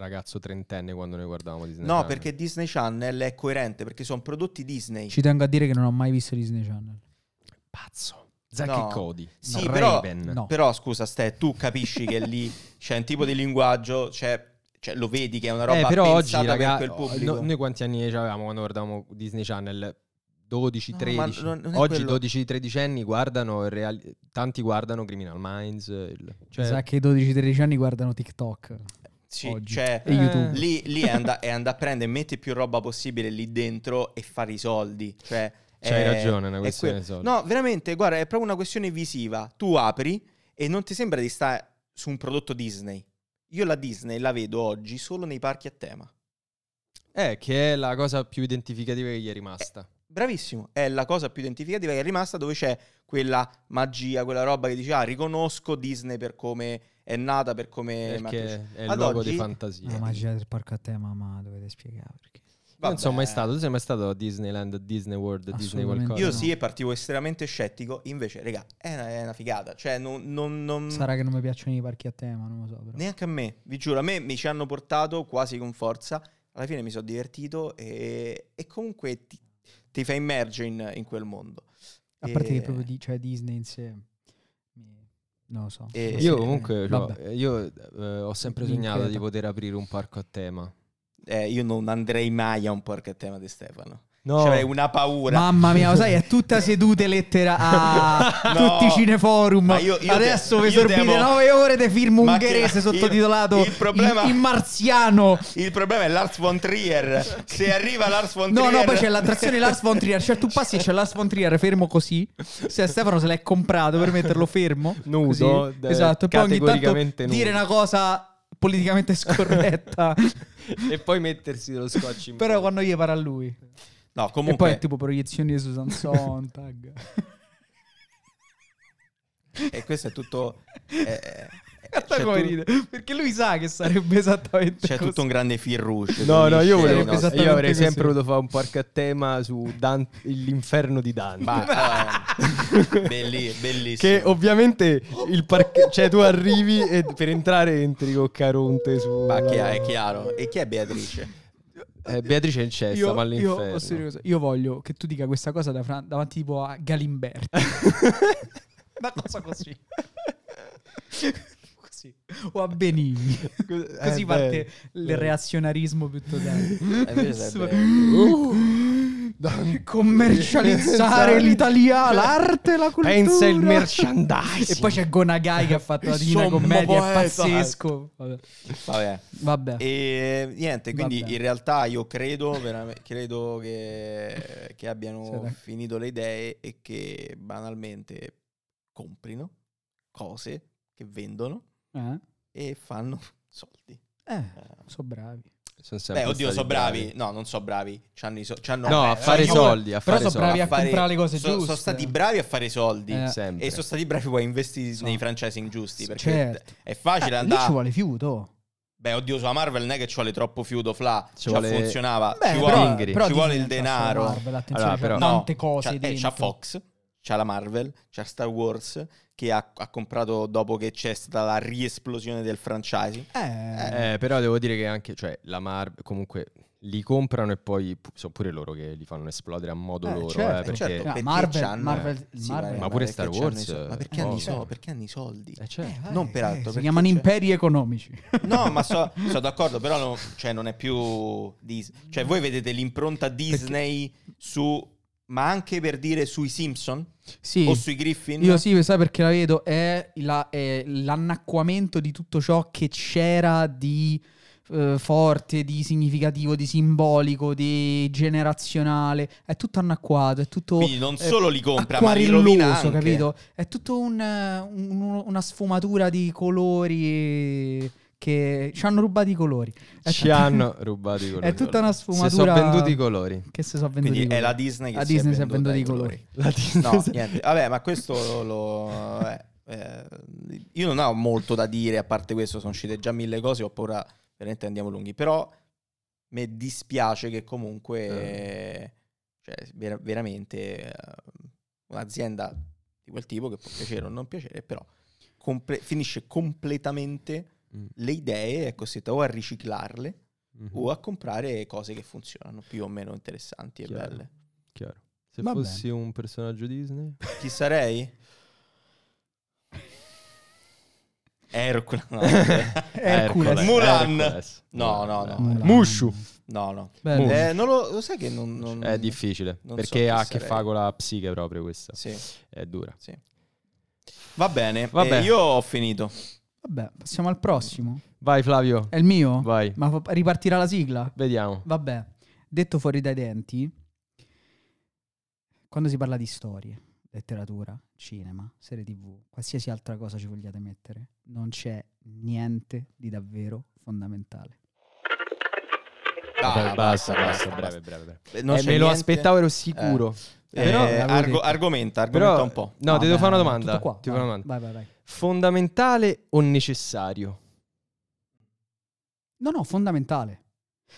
[SPEAKER 2] ragazzo trentenne quando noi guardavamo Disney
[SPEAKER 1] No,
[SPEAKER 2] Channel?
[SPEAKER 1] perché Disney Channel è coerente, perché sono prodotti Disney.
[SPEAKER 3] Ci tengo a dire che non ho mai visto Disney Channel.
[SPEAKER 2] Pazzo. Zack
[SPEAKER 1] No.
[SPEAKER 2] e Cody.
[SPEAKER 1] Sì,
[SPEAKER 2] No.
[SPEAKER 1] però-
[SPEAKER 2] Raven.
[SPEAKER 3] No.
[SPEAKER 1] Però scusa, Ste, tu capisci che lì c'è un tipo di linguaggio, c'è, cioè, lo vedi che è una roba
[SPEAKER 2] eh, però oggi,
[SPEAKER 1] pensata
[SPEAKER 2] raga,
[SPEAKER 1] per quel pubblico.
[SPEAKER 2] no- noi quanti anni ci avevamo quando guardavamo Disney Channel? 12,
[SPEAKER 1] No, ma
[SPEAKER 2] 13.
[SPEAKER 1] non- non è
[SPEAKER 2] oggi
[SPEAKER 1] quello.
[SPEAKER 2] 12, 13 anni guardano, il reali- tanti guardano Criminal Minds. eh, il- cioè-
[SPEAKER 3] Sa che i 12-13 anni guardano TikTok
[SPEAKER 1] Sì,
[SPEAKER 3] oggi.
[SPEAKER 2] eh,
[SPEAKER 1] cioè,
[SPEAKER 3] e YouTube.
[SPEAKER 1] lì, lì è andare a prendere, metti più roba possibile lì dentro e fare i soldi. Cioè,
[SPEAKER 2] C'hai
[SPEAKER 1] è-
[SPEAKER 2] ragione, è una
[SPEAKER 1] è
[SPEAKER 2] questione
[SPEAKER 1] quello.
[SPEAKER 2] di soldi.
[SPEAKER 1] No, veramente, guarda, è proprio una questione visiva. Tu apri e non ti sembra di stare su un prodotto Disney. Io la Disney la vedo oggi solo nei parchi a tema.
[SPEAKER 2] Eh, che è la cosa più identificativa che gli è rimasta.
[SPEAKER 1] Bravissimo, è la cosa più identificativa che è rimasta dove c'è quella magia, quella roba che dici, ah, riconosco Disney per come è nata per come... Matrix.
[SPEAKER 2] perché è il
[SPEAKER 1] Eh, Ad
[SPEAKER 2] luogo
[SPEAKER 1] oggi-
[SPEAKER 2] di
[SPEAKER 3] La
[SPEAKER 2] fantasia.
[SPEAKER 3] magia del parco a tema, ma dovete spiegare perché.
[SPEAKER 2] Io non sono mai
[SPEAKER 1] Vabbè.
[SPEAKER 2] stato, tu sei mai stato a Disneyland, Disney World, Disney
[SPEAKER 3] Assolutamente
[SPEAKER 2] qualcosa?
[SPEAKER 1] Io
[SPEAKER 3] no.
[SPEAKER 1] sì e partivo estremamente scettico, invece, raga, è una, è una figata. Cioè, non... non- non-
[SPEAKER 3] Sarà che non mi piacciono i parchi a tema, non lo so. Però.
[SPEAKER 1] Neanche a me, vi giuro, a me mi ci hanno portato quasi con forza, alla fine mi sono divertito e, e comunque ti, ti fa immergere in, in quel mondo.
[SPEAKER 3] A parte
[SPEAKER 1] E-
[SPEAKER 3] che proprio di- cioè, Disney in sé, mi- non lo so.
[SPEAKER 1] E-
[SPEAKER 3] Non so
[SPEAKER 2] Io
[SPEAKER 3] se-
[SPEAKER 2] comunque cioè,
[SPEAKER 3] Eh,
[SPEAKER 1] eh,
[SPEAKER 3] Vabbè.
[SPEAKER 2] io, eh, ho sempre
[SPEAKER 3] Mi
[SPEAKER 2] sognato di
[SPEAKER 3] inquieta.
[SPEAKER 2] poter aprire un parco a tema.
[SPEAKER 1] eh, io non andrei mai a un porco a tema di Stefano.
[SPEAKER 2] No,
[SPEAKER 1] C'avrei una paura.
[SPEAKER 3] Mamma mia, lo sai, è tutta sedute lettera a
[SPEAKER 1] No.
[SPEAKER 3] tutti i cineforum.
[SPEAKER 1] Ma io- io
[SPEAKER 3] Adesso
[SPEAKER 1] te-
[SPEAKER 3] vi
[SPEAKER 1] io
[SPEAKER 3] sorbite
[SPEAKER 1] temo-
[SPEAKER 3] 9 ore di film
[SPEAKER 1] Ma
[SPEAKER 3] ungherese
[SPEAKER 1] che-
[SPEAKER 3] sottotitolato
[SPEAKER 1] il- il problema-
[SPEAKER 3] in, in marziano.
[SPEAKER 1] Il problema è Lars von Trier. Se arriva Lars von
[SPEAKER 3] No,
[SPEAKER 1] Trier...
[SPEAKER 3] no, poi c'è l'attrazione Lars von Trier. Cioè, tu passi e c'è Lars von Trier fermo così. Se Stefano se l'è comprato per metterlo fermo.
[SPEAKER 1] eh,
[SPEAKER 2] Nudo,
[SPEAKER 3] così.
[SPEAKER 2] d-
[SPEAKER 3] Esatto. E poi ogni tanto
[SPEAKER 2] categoricamente nudo.
[SPEAKER 3] dire una cosa politicamente scorretta.
[SPEAKER 2] e poi mettersi dello scotch in
[SPEAKER 3] Però
[SPEAKER 2] bocca.
[SPEAKER 3] quando gli parla a lui.
[SPEAKER 1] No,
[SPEAKER 3] E poi è
[SPEAKER 1] comunque... Eh,
[SPEAKER 3] tipo proiezioni di Susan Sontag.
[SPEAKER 1] E questo è tutto... eh,
[SPEAKER 3] Guarda
[SPEAKER 1] c'è
[SPEAKER 3] come
[SPEAKER 1] tu-
[SPEAKER 3] ride, Perché lui sa che sarebbe esattamente
[SPEAKER 1] C'è
[SPEAKER 3] così.
[SPEAKER 1] tutto un grande fil rouge.
[SPEAKER 2] No, no, io,
[SPEAKER 1] Sì, no,
[SPEAKER 2] volevo,
[SPEAKER 3] Sarebbe esattamente
[SPEAKER 2] io avrei
[SPEAKER 3] così.
[SPEAKER 2] sempre voluto fare un parco a tema su Dan- l'inferno di Dante.
[SPEAKER 1] Ma, eh, belli- bellissimo.
[SPEAKER 2] Che ovviamente il parco. Cioè, tu arrivi e per entrare entri con Caronte su.
[SPEAKER 1] Ma chi è, è chiaro. E chi è Beatrice?
[SPEAKER 2] Eh, Beatrice è in cesta, ma
[SPEAKER 3] io,
[SPEAKER 2] all'inferno.
[SPEAKER 3] posso dire una cosa, io voglio che tu dica questa cosa da Fran- davanti tipo a Galimberti. Una cosa così. così. O a Benigni.
[SPEAKER 2] Eh,
[SPEAKER 3] Così
[SPEAKER 2] beh,
[SPEAKER 3] parte il
[SPEAKER 2] beh.
[SPEAKER 3] reazionario più totale.
[SPEAKER 1] Eh, invece sarebbe-
[SPEAKER 2] Uh, Dante.
[SPEAKER 3] Commercializzare l'italiano, l'arte, la cultura.
[SPEAKER 2] Esatto. Pensa il merchandising.
[SPEAKER 3] E poi c'è Gonagai che ha fatto la
[SPEAKER 2] Il
[SPEAKER 3] divina
[SPEAKER 2] sommo
[SPEAKER 3] commedia, è
[SPEAKER 2] poeta.
[SPEAKER 3] pazzesco. Vabbè.
[SPEAKER 1] Vabbè.
[SPEAKER 3] Vabbè.
[SPEAKER 1] E niente, quindi
[SPEAKER 3] Vabbè.
[SPEAKER 1] in realtà io credo, veramente, credo che, che abbiano
[SPEAKER 3] Sì, dai.
[SPEAKER 1] finito le idee e che banalmente comprino cose che vendono
[SPEAKER 3] Eh?
[SPEAKER 1] e fanno soldi.
[SPEAKER 3] Eh,
[SPEAKER 2] Cioè,
[SPEAKER 1] Eh.
[SPEAKER 3] sono bravi.
[SPEAKER 2] Sono sempre
[SPEAKER 1] Beh, oddio,
[SPEAKER 2] stati
[SPEAKER 1] sono bravi. No, non so bravi. C'hanno i so- c'hanno-
[SPEAKER 2] No,
[SPEAKER 1] eh,
[SPEAKER 2] a fare i
[SPEAKER 1] io-
[SPEAKER 2] soldi. A
[SPEAKER 3] Però
[SPEAKER 2] fare
[SPEAKER 3] sono bravi
[SPEAKER 2] soldi.
[SPEAKER 3] a comprare le cose
[SPEAKER 1] so-
[SPEAKER 3] giuste.
[SPEAKER 1] Sono stati bravi a fare i soldi.
[SPEAKER 3] Eh.
[SPEAKER 2] Sempre.
[SPEAKER 1] E sono stati bravi poi a investire
[SPEAKER 3] So.
[SPEAKER 1] nei franchising giusti. Perché
[SPEAKER 3] Certo.
[SPEAKER 1] è facile
[SPEAKER 3] Eh, lì
[SPEAKER 1] andare.
[SPEAKER 3] ci vuole fiuto.
[SPEAKER 1] Beh, oddio, sulla Marvel non è che ci vuole troppo fiuto, Fla.
[SPEAKER 2] Ci
[SPEAKER 1] Ci
[SPEAKER 2] vuole-
[SPEAKER 1] funzionava.
[SPEAKER 2] Beh,
[SPEAKER 1] ci
[SPEAKER 2] però-
[SPEAKER 1] vuole,
[SPEAKER 2] Ingrid.
[SPEAKER 1] ci vuole il
[SPEAKER 3] Disney non c'ha solo
[SPEAKER 1] denaro.
[SPEAKER 3] Marvel, attenzione,
[SPEAKER 2] Allora,
[SPEAKER 3] c'ha
[SPEAKER 2] però-
[SPEAKER 3] tante cose.
[SPEAKER 1] c'ha, eh,
[SPEAKER 3] dentro.
[SPEAKER 1] c'ha Fox, c'ha la Marvel, c'ha Star Wars che ha, ha comprato dopo che c'è stata la riesplosione del franchising.
[SPEAKER 3] Eh,
[SPEAKER 2] Eh, però devo dire che anche, cioè, la Marvel comunque li comprano e poi pu- sono pure loro che li fanno esplodere a modo
[SPEAKER 3] Eh,
[SPEAKER 2] loro.
[SPEAKER 3] certo,
[SPEAKER 2] eh, perché-
[SPEAKER 1] certo,
[SPEAKER 3] Ah,
[SPEAKER 1] perché
[SPEAKER 3] Marvel-
[SPEAKER 1] c'hanno-
[SPEAKER 3] Marvel- Marvel.
[SPEAKER 2] Ma pure
[SPEAKER 1] perché
[SPEAKER 2] Star
[SPEAKER 1] c'hanno
[SPEAKER 2] Wars,
[SPEAKER 1] i soldi. ma perché,
[SPEAKER 2] eh,
[SPEAKER 1] hanno i
[SPEAKER 2] ovvio.
[SPEAKER 1] soldi? perché hanno i soldi?
[SPEAKER 2] Eh, certo.
[SPEAKER 3] vabbè,
[SPEAKER 1] cioè, non per
[SPEAKER 3] eh,
[SPEAKER 1] altro,
[SPEAKER 3] Si
[SPEAKER 1] perché
[SPEAKER 3] chiamano
[SPEAKER 1] c'è-
[SPEAKER 3] imperi economici.
[SPEAKER 1] No, ma sono d'accordo, però no- cioè, non è più Disney. Cioè, voi vedete l'impronta Disney su... Ma anche per dire sui Simpson
[SPEAKER 3] sì.
[SPEAKER 1] o sui Griffin?
[SPEAKER 3] Io sì, sai perché la vedo, è, la- è l'annacquamento di tutto ciò che c'era di eh, forte, di significativo, di simbolico, di generazionale. È tutto annacquato, è tutto...
[SPEAKER 1] Quindi non
[SPEAKER 3] eh,
[SPEAKER 1] solo li compra, ma li rovina
[SPEAKER 3] acquarelloso,
[SPEAKER 1] anche.
[SPEAKER 3] capito? È tutto un, eh, un- una sfumatura di colori che ci hanno rubato i colori. È
[SPEAKER 2] Ci
[SPEAKER 3] tutta-
[SPEAKER 2] hanno rubato i colori.
[SPEAKER 3] Eh, certo. È tutta una sfumatura...
[SPEAKER 2] Si sono venduti i colori.
[SPEAKER 3] Che si sono venduti
[SPEAKER 1] Quindi
[SPEAKER 3] i
[SPEAKER 1] è
[SPEAKER 3] colori.
[SPEAKER 1] la Disney che
[SPEAKER 3] La
[SPEAKER 1] si
[SPEAKER 3] Disney
[SPEAKER 1] è
[SPEAKER 3] si è
[SPEAKER 1] venduta
[SPEAKER 3] venduta i
[SPEAKER 1] ai
[SPEAKER 3] colori.
[SPEAKER 2] La
[SPEAKER 1] No,
[SPEAKER 2] Disney-
[SPEAKER 1] niente. Vabbè, ma questo lo... lo- eh, eh, io non ho molto da dire, a parte questo, sono uscite già mille cose, ho paura, veramente andiamo lunghi, però mi dispiace che comunque, eh, cioè, vera- veramente, eh, un'azienda di quel tipo, che può piacere o non piacere, però comple- finisce completamente
[SPEAKER 2] Mm.
[SPEAKER 1] le idee, è costretta o a riciclarle
[SPEAKER 2] Mhm,
[SPEAKER 1] o a comprare cose che funzionano, più o meno interessanti e
[SPEAKER 2] Chiaro.
[SPEAKER 1] belle.
[SPEAKER 2] chiaro. Se
[SPEAKER 3] Va
[SPEAKER 2] fossi un personaggio Disney,
[SPEAKER 1] Chi sarei? Ercula. No,
[SPEAKER 3] Hercules.
[SPEAKER 2] Hercules.
[SPEAKER 1] Mulan.
[SPEAKER 2] Eh, ecco, Hercules. Eh,
[SPEAKER 1] No, no, no.
[SPEAKER 3] Mulan.
[SPEAKER 2] Mushu.
[SPEAKER 1] no. no.
[SPEAKER 3] Bello.
[SPEAKER 2] Mulan.
[SPEAKER 1] Eh, non lo, lo sai che non... non-
[SPEAKER 2] È difficile
[SPEAKER 1] non so
[SPEAKER 2] perché
[SPEAKER 1] chi
[SPEAKER 2] ha a che
[SPEAKER 1] sarei.
[SPEAKER 2] fare con la psiche proprio questa.
[SPEAKER 1] Sì,
[SPEAKER 2] È dura.
[SPEAKER 1] sì. Va bene,
[SPEAKER 2] Vabbè.
[SPEAKER 1] eh, io ho finito.
[SPEAKER 3] Vabbè, passiamo al prossimo.
[SPEAKER 2] Vai Flavio,
[SPEAKER 3] È il mio?
[SPEAKER 2] vai.
[SPEAKER 3] Ma fa- ripartirà la sigla?
[SPEAKER 2] Vediamo.
[SPEAKER 3] Vabbè, detto fuori dai denti, quando si parla di storie, letteratura, cinema, serie tv, qualsiasi altra cosa ci vogliate mettere, non c'è niente di davvero fondamentale.
[SPEAKER 1] Ah,
[SPEAKER 2] Vabbè, basta, basta,
[SPEAKER 1] basta,
[SPEAKER 2] breve, breve, breve.
[SPEAKER 1] Eh, non
[SPEAKER 2] Eh,
[SPEAKER 1] c'è
[SPEAKER 2] me lo
[SPEAKER 1] niente.
[SPEAKER 2] aspettavo, ero sicuro.
[SPEAKER 1] Eh,
[SPEAKER 2] Però-
[SPEAKER 1] argo- argomenta, argomenta
[SPEAKER 2] Però,
[SPEAKER 1] un po'.
[SPEAKER 2] No, ti devo
[SPEAKER 3] beh,
[SPEAKER 2] fare una
[SPEAKER 3] tutto
[SPEAKER 2] domanda.
[SPEAKER 3] Qua.
[SPEAKER 2] Ti devo fare una domanda.
[SPEAKER 3] Vai, vai, vai.
[SPEAKER 2] Fondamentale o necessario?
[SPEAKER 3] No, no, fondamentale.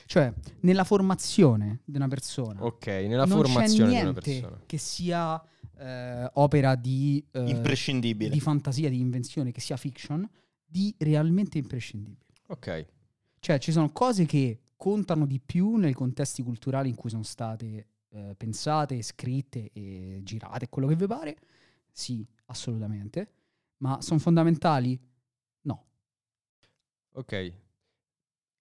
[SPEAKER 3] Cioè, nella formazione di una persona
[SPEAKER 1] Mm.
[SPEAKER 2] Ok, nella
[SPEAKER 3] non
[SPEAKER 2] formazione
[SPEAKER 3] c'è
[SPEAKER 2] di una
[SPEAKER 3] niente
[SPEAKER 2] persona.
[SPEAKER 3] che sia eh, opera di, eh,
[SPEAKER 1] Imprescindibile.
[SPEAKER 3] di fantasia, di invenzione, che sia fiction, di realmente imprescindibile.
[SPEAKER 2] Ok,
[SPEAKER 3] Cioè, ci sono cose che contano di più nei contesti culturali in cui sono state eh, pensate, scritte e girate, quello che vi pare. Sì, assolutamente. Ma sono fondamentali? No.
[SPEAKER 2] ok.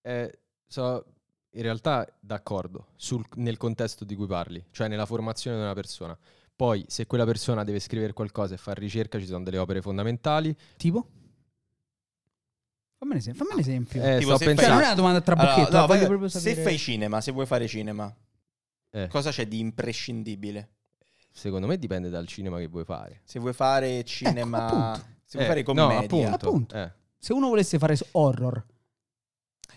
[SPEAKER 2] Eh, so, in realtà d'accordo sul- nel contesto di cui parli, cioè nella formazione di una persona. Poi, se quella persona deve scrivere qualcosa e fare ricerca, ci sono delle opere fondamentali.
[SPEAKER 3] Tipo? Fammi un esempio. Fammi un esempio.
[SPEAKER 2] Eh,
[SPEAKER 1] Tipo, se
[SPEAKER 2] sto
[SPEAKER 1] fai-
[SPEAKER 3] cioè, non è
[SPEAKER 2] pensando...
[SPEAKER 3] una domanda tra
[SPEAKER 1] Allora,
[SPEAKER 3] bocchetto,
[SPEAKER 1] no,
[SPEAKER 3] la voglio
[SPEAKER 1] voglio-
[SPEAKER 3] proprio
[SPEAKER 1] se
[SPEAKER 3] sapere.
[SPEAKER 1] fai cinema, se vuoi fare cinema,
[SPEAKER 2] Eh,
[SPEAKER 1] cosa c'è di imprescindibile?
[SPEAKER 2] secondo me dipende dal cinema che vuoi fare.
[SPEAKER 1] Se vuoi fare cinema,
[SPEAKER 3] Ecco, appunto.
[SPEAKER 1] se vuoi
[SPEAKER 2] Eh,
[SPEAKER 1] fare commedia,
[SPEAKER 2] No, appunto.
[SPEAKER 3] Appunto.
[SPEAKER 2] Eh.
[SPEAKER 3] Se uno volesse fare s- horror,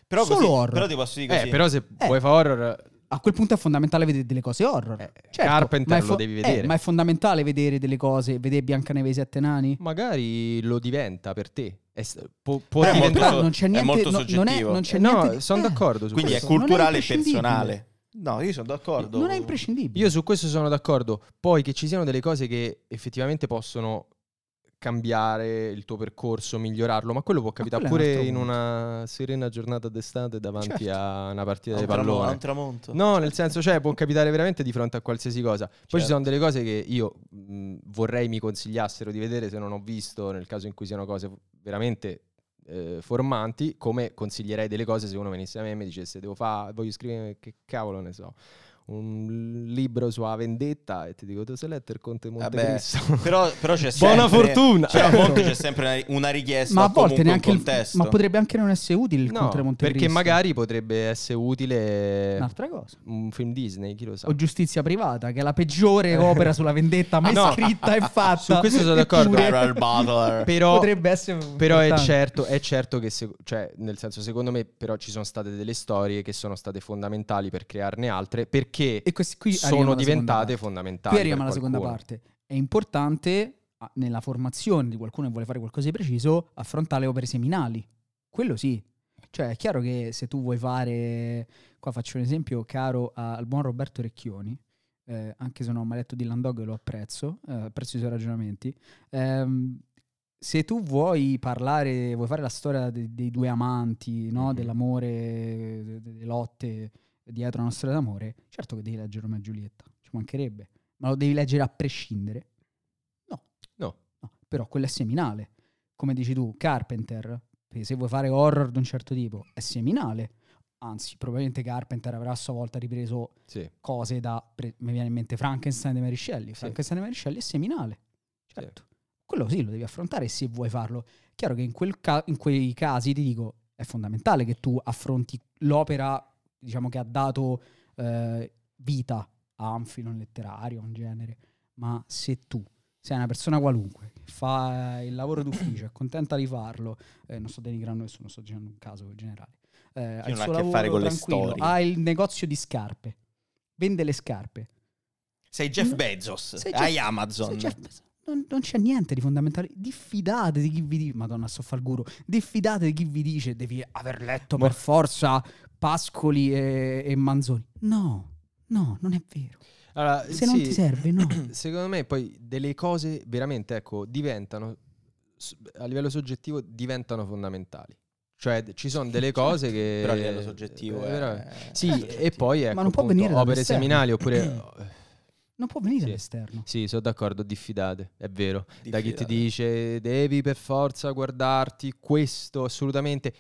[SPEAKER 1] però,
[SPEAKER 3] Solo
[SPEAKER 1] così-
[SPEAKER 3] horror.
[SPEAKER 1] però ti posso dire
[SPEAKER 2] Eh,
[SPEAKER 1] così.
[SPEAKER 2] però se vuoi fare horror...
[SPEAKER 3] a quel punto è fondamentale vedere delle cose horror.
[SPEAKER 2] eh,
[SPEAKER 3] Certo, ma
[SPEAKER 2] Carpenter
[SPEAKER 3] è
[SPEAKER 2] lo
[SPEAKER 3] fo-
[SPEAKER 2] devi
[SPEAKER 3] eh,
[SPEAKER 2] vedere.
[SPEAKER 3] ma è fondamentale vedere delle cose, vedere Biancaneve e i sette nani.
[SPEAKER 2] Magari lo diventa per te. È s- può può
[SPEAKER 1] Però è molto
[SPEAKER 2] diventare...
[SPEAKER 3] Però non c'è
[SPEAKER 1] è
[SPEAKER 3] niente,
[SPEAKER 1] molto
[SPEAKER 3] no- non è,
[SPEAKER 1] soggettivo.
[SPEAKER 3] non c'è
[SPEAKER 2] Eh, ecco, no,
[SPEAKER 3] niente di-
[SPEAKER 2] sono
[SPEAKER 3] eh,
[SPEAKER 2] d'accordo su
[SPEAKER 1] Quindi è
[SPEAKER 2] questo.
[SPEAKER 3] non è
[SPEAKER 1] culturale e
[SPEAKER 3] imprescindibile.
[SPEAKER 1] personale. No, io sono d'accordo.
[SPEAKER 3] Non è imprescindibile.
[SPEAKER 2] Io su questo sono d'accordo. Poi che ci siano delle cose che effettivamente possono cambiare il tuo percorso, migliorarlo, ma quello può capitare
[SPEAKER 3] quello è un
[SPEAKER 2] pure
[SPEAKER 3] altro
[SPEAKER 2] in
[SPEAKER 3] punto.
[SPEAKER 2] una serena giornata d'estate davanti
[SPEAKER 3] Certo.
[SPEAKER 2] a una partita
[SPEAKER 1] A
[SPEAKER 2] di
[SPEAKER 1] un, tramo- a
[SPEAKER 2] pallone.
[SPEAKER 1] un tramonto.
[SPEAKER 2] No, nel senso, cioè, può capitare veramente di fronte a qualsiasi cosa. Poi
[SPEAKER 1] Certo.
[SPEAKER 2] ci sono delle cose che io mh, vorrei mi consigliassero di vedere se non ho visto, nel caso in cui siano cose veramente eh, formanti, come consiglierei delle cose se uno venisse a me e mi dicesse devo fare, voglio scrivere, che cavolo ne so, un libro sulla vendetta e ti dico, tu sei letto il Conte di
[SPEAKER 1] Vabbè,
[SPEAKER 2] Montecristo?
[SPEAKER 1] Eh Però, però c'è sempre...
[SPEAKER 2] Buona fortuna!
[SPEAKER 1] Però a
[SPEAKER 3] Certo.
[SPEAKER 1] volte c'è sempre una ri- una richiesta
[SPEAKER 3] ma a
[SPEAKER 1] o comunque
[SPEAKER 3] volte neanche
[SPEAKER 1] un
[SPEAKER 3] il,
[SPEAKER 1] contesto.
[SPEAKER 3] ma potrebbe anche non essere utile il
[SPEAKER 2] No,
[SPEAKER 3] contro Montecristo.
[SPEAKER 2] perché magari potrebbe essere utile
[SPEAKER 3] un'altra cosa.
[SPEAKER 2] un film Disney, chi lo sa.
[SPEAKER 3] O giustizia privata, che è la peggiore opera sulla vendetta mai
[SPEAKER 2] Ah, No.
[SPEAKER 3] scritta e fatta.
[SPEAKER 2] Su questo sono d'accordo.
[SPEAKER 3] Eppure
[SPEAKER 1] Gerard Butler.
[SPEAKER 2] Però,
[SPEAKER 3] potrebbe essere
[SPEAKER 2] Però è
[SPEAKER 3] importante.
[SPEAKER 2] certo, è certo che, se- cioè, nel senso, secondo me, però ci sono state delle storie che sono state fondamentali per crearne altre perché
[SPEAKER 3] E questi qui arriviamo
[SPEAKER 2] sono
[SPEAKER 3] alla seconda
[SPEAKER 2] diventate
[SPEAKER 3] parte.
[SPEAKER 2] fondamentali.
[SPEAKER 3] Qui arriviamo alla
[SPEAKER 2] per
[SPEAKER 3] seconda
[SPEAKER 2] qualcuno.
[SPEAKER 3] parte. È importante ah, nella formazione di qualcuno che vuole fare qualcosa di preciso affrontare le opere seminali. Quello sì. Cioè, è chiaro che se tu vuoi fare, qua faccio un esempio caro a- al buon Roberto Recchioni, eh, anche se non ho mai letto Dylan Dog, lo apprezzo, eh, apprezzo i suoi ragionamenti. Ehm, se tu vuoi parlare, vuoi fare la storia de- dei due amanti, no?
[SPEAKER 2] Mhm.
[SPEAKER 3] dell'amore, de- delle lotte dietro a una storia d'amore, certo che devi leggere Romeo e Giulietta, ci mancherebbe, ma lo devi leggere a prescindere. No.
[SPEAKER 2] No.
[SPEAKER 3] No, Però quello è seminale. Come dici tu, Carpenter, eh, se vuoi fare horror di un certo tipo, è seminale. Anzi, probabilmente Carpenter avrà a sua volta ripreso
[SPEAKER 2] Sì,
[SPEAKER 3] cose da. pre- mi viene in mente Frankenstein e Mary Shelley.
[SPEAKER 2] Sì.
[SPEAKER 3] Frankenstein e Mary Shelley è seminale. Certo. Quello sì, lo devi affrontare se vuoi farlo. Chiaro che in, quel ca- in quei casi ti dico, è fondamentale che tu affronti l'opera, diciamo, che ha dato eh, vita a un film letterario, a un genere. Ma se tu sei una persona qualunque, che fa il lavoro d'ufficio, è contenta di farlo, eh, non sto denigrando nessuno, sto girando un caso generale. Eh, ha il
[SPEAKER 1] non ha
[SPEAKER 3] suo
[SPEAKER 1] a che
[SPEAKER 3] lavoro
[SPEAKER 1] fare con le
[SPEAKER 3] tranquillo,
[SPEAKER 1] storie.
[SPEAKER 3] Ha il negozio di scarpe, vende le scarpe.
[SPEAKER 1] Sei Jeff
[SPEAKER 3] No.
[SPEAKER 1] Bezos.
[SPEAKER 3] Sei Jeff-
[SPEAKER 1] hai Amazon.
[SPEAKER 3] Se Jeff Bezos- non, non c'è niente di fondamentale. Diffidate di chi vi dice. Madonna, sto fal guru. Diffidate di chi vi dice devi aver letto per forza Pascoli e, e Manzoni. No, no, non è vero.
[SPEAKER 2] Allora,
[SPEAKER 1] Eh,
[SPEAKER 3] Se non
[SPEAKER 2] sì,
[SPEAKER 3] ti serve, no.
[SPEAKER 2] Secondo me, poi delle cose veramente, ecco, diventano s- a livello soggettivo diventano fondamentali. Cioè, d- ci sono delle cose che
[SPEAKER 1] Però a livello soggettivo
[SPEAKER 2] eh,
[SPEAKER 1] è-
[SPEAKER 2] veramente-
[SPEAKER 1] è
[SPEAKER 2] Sì, e
[SPEAKER 1] soggettivo.
[SPEAKER 2] poi ecco,
[SPEAKER 3] non può
[SPEAKER 2] appunto,
[SPEAKER 3] venire
[SPEAKER 2] opere
[SPEAKER 3] dall'esterno.
[SPEAKER 2] seminali oppure
[SPEAKER 3] Non può venire
[SPEAKER 2] Sì.
[SPEAKER 3] all'esterno.
[SPEAKER 2] Sì, sono d'accordo, diffidate, è vero. Da chi
[SPEAKER 1] Diffidate.
[SPEAKER 2] ti dice devi per forza guardarti questo assolutamente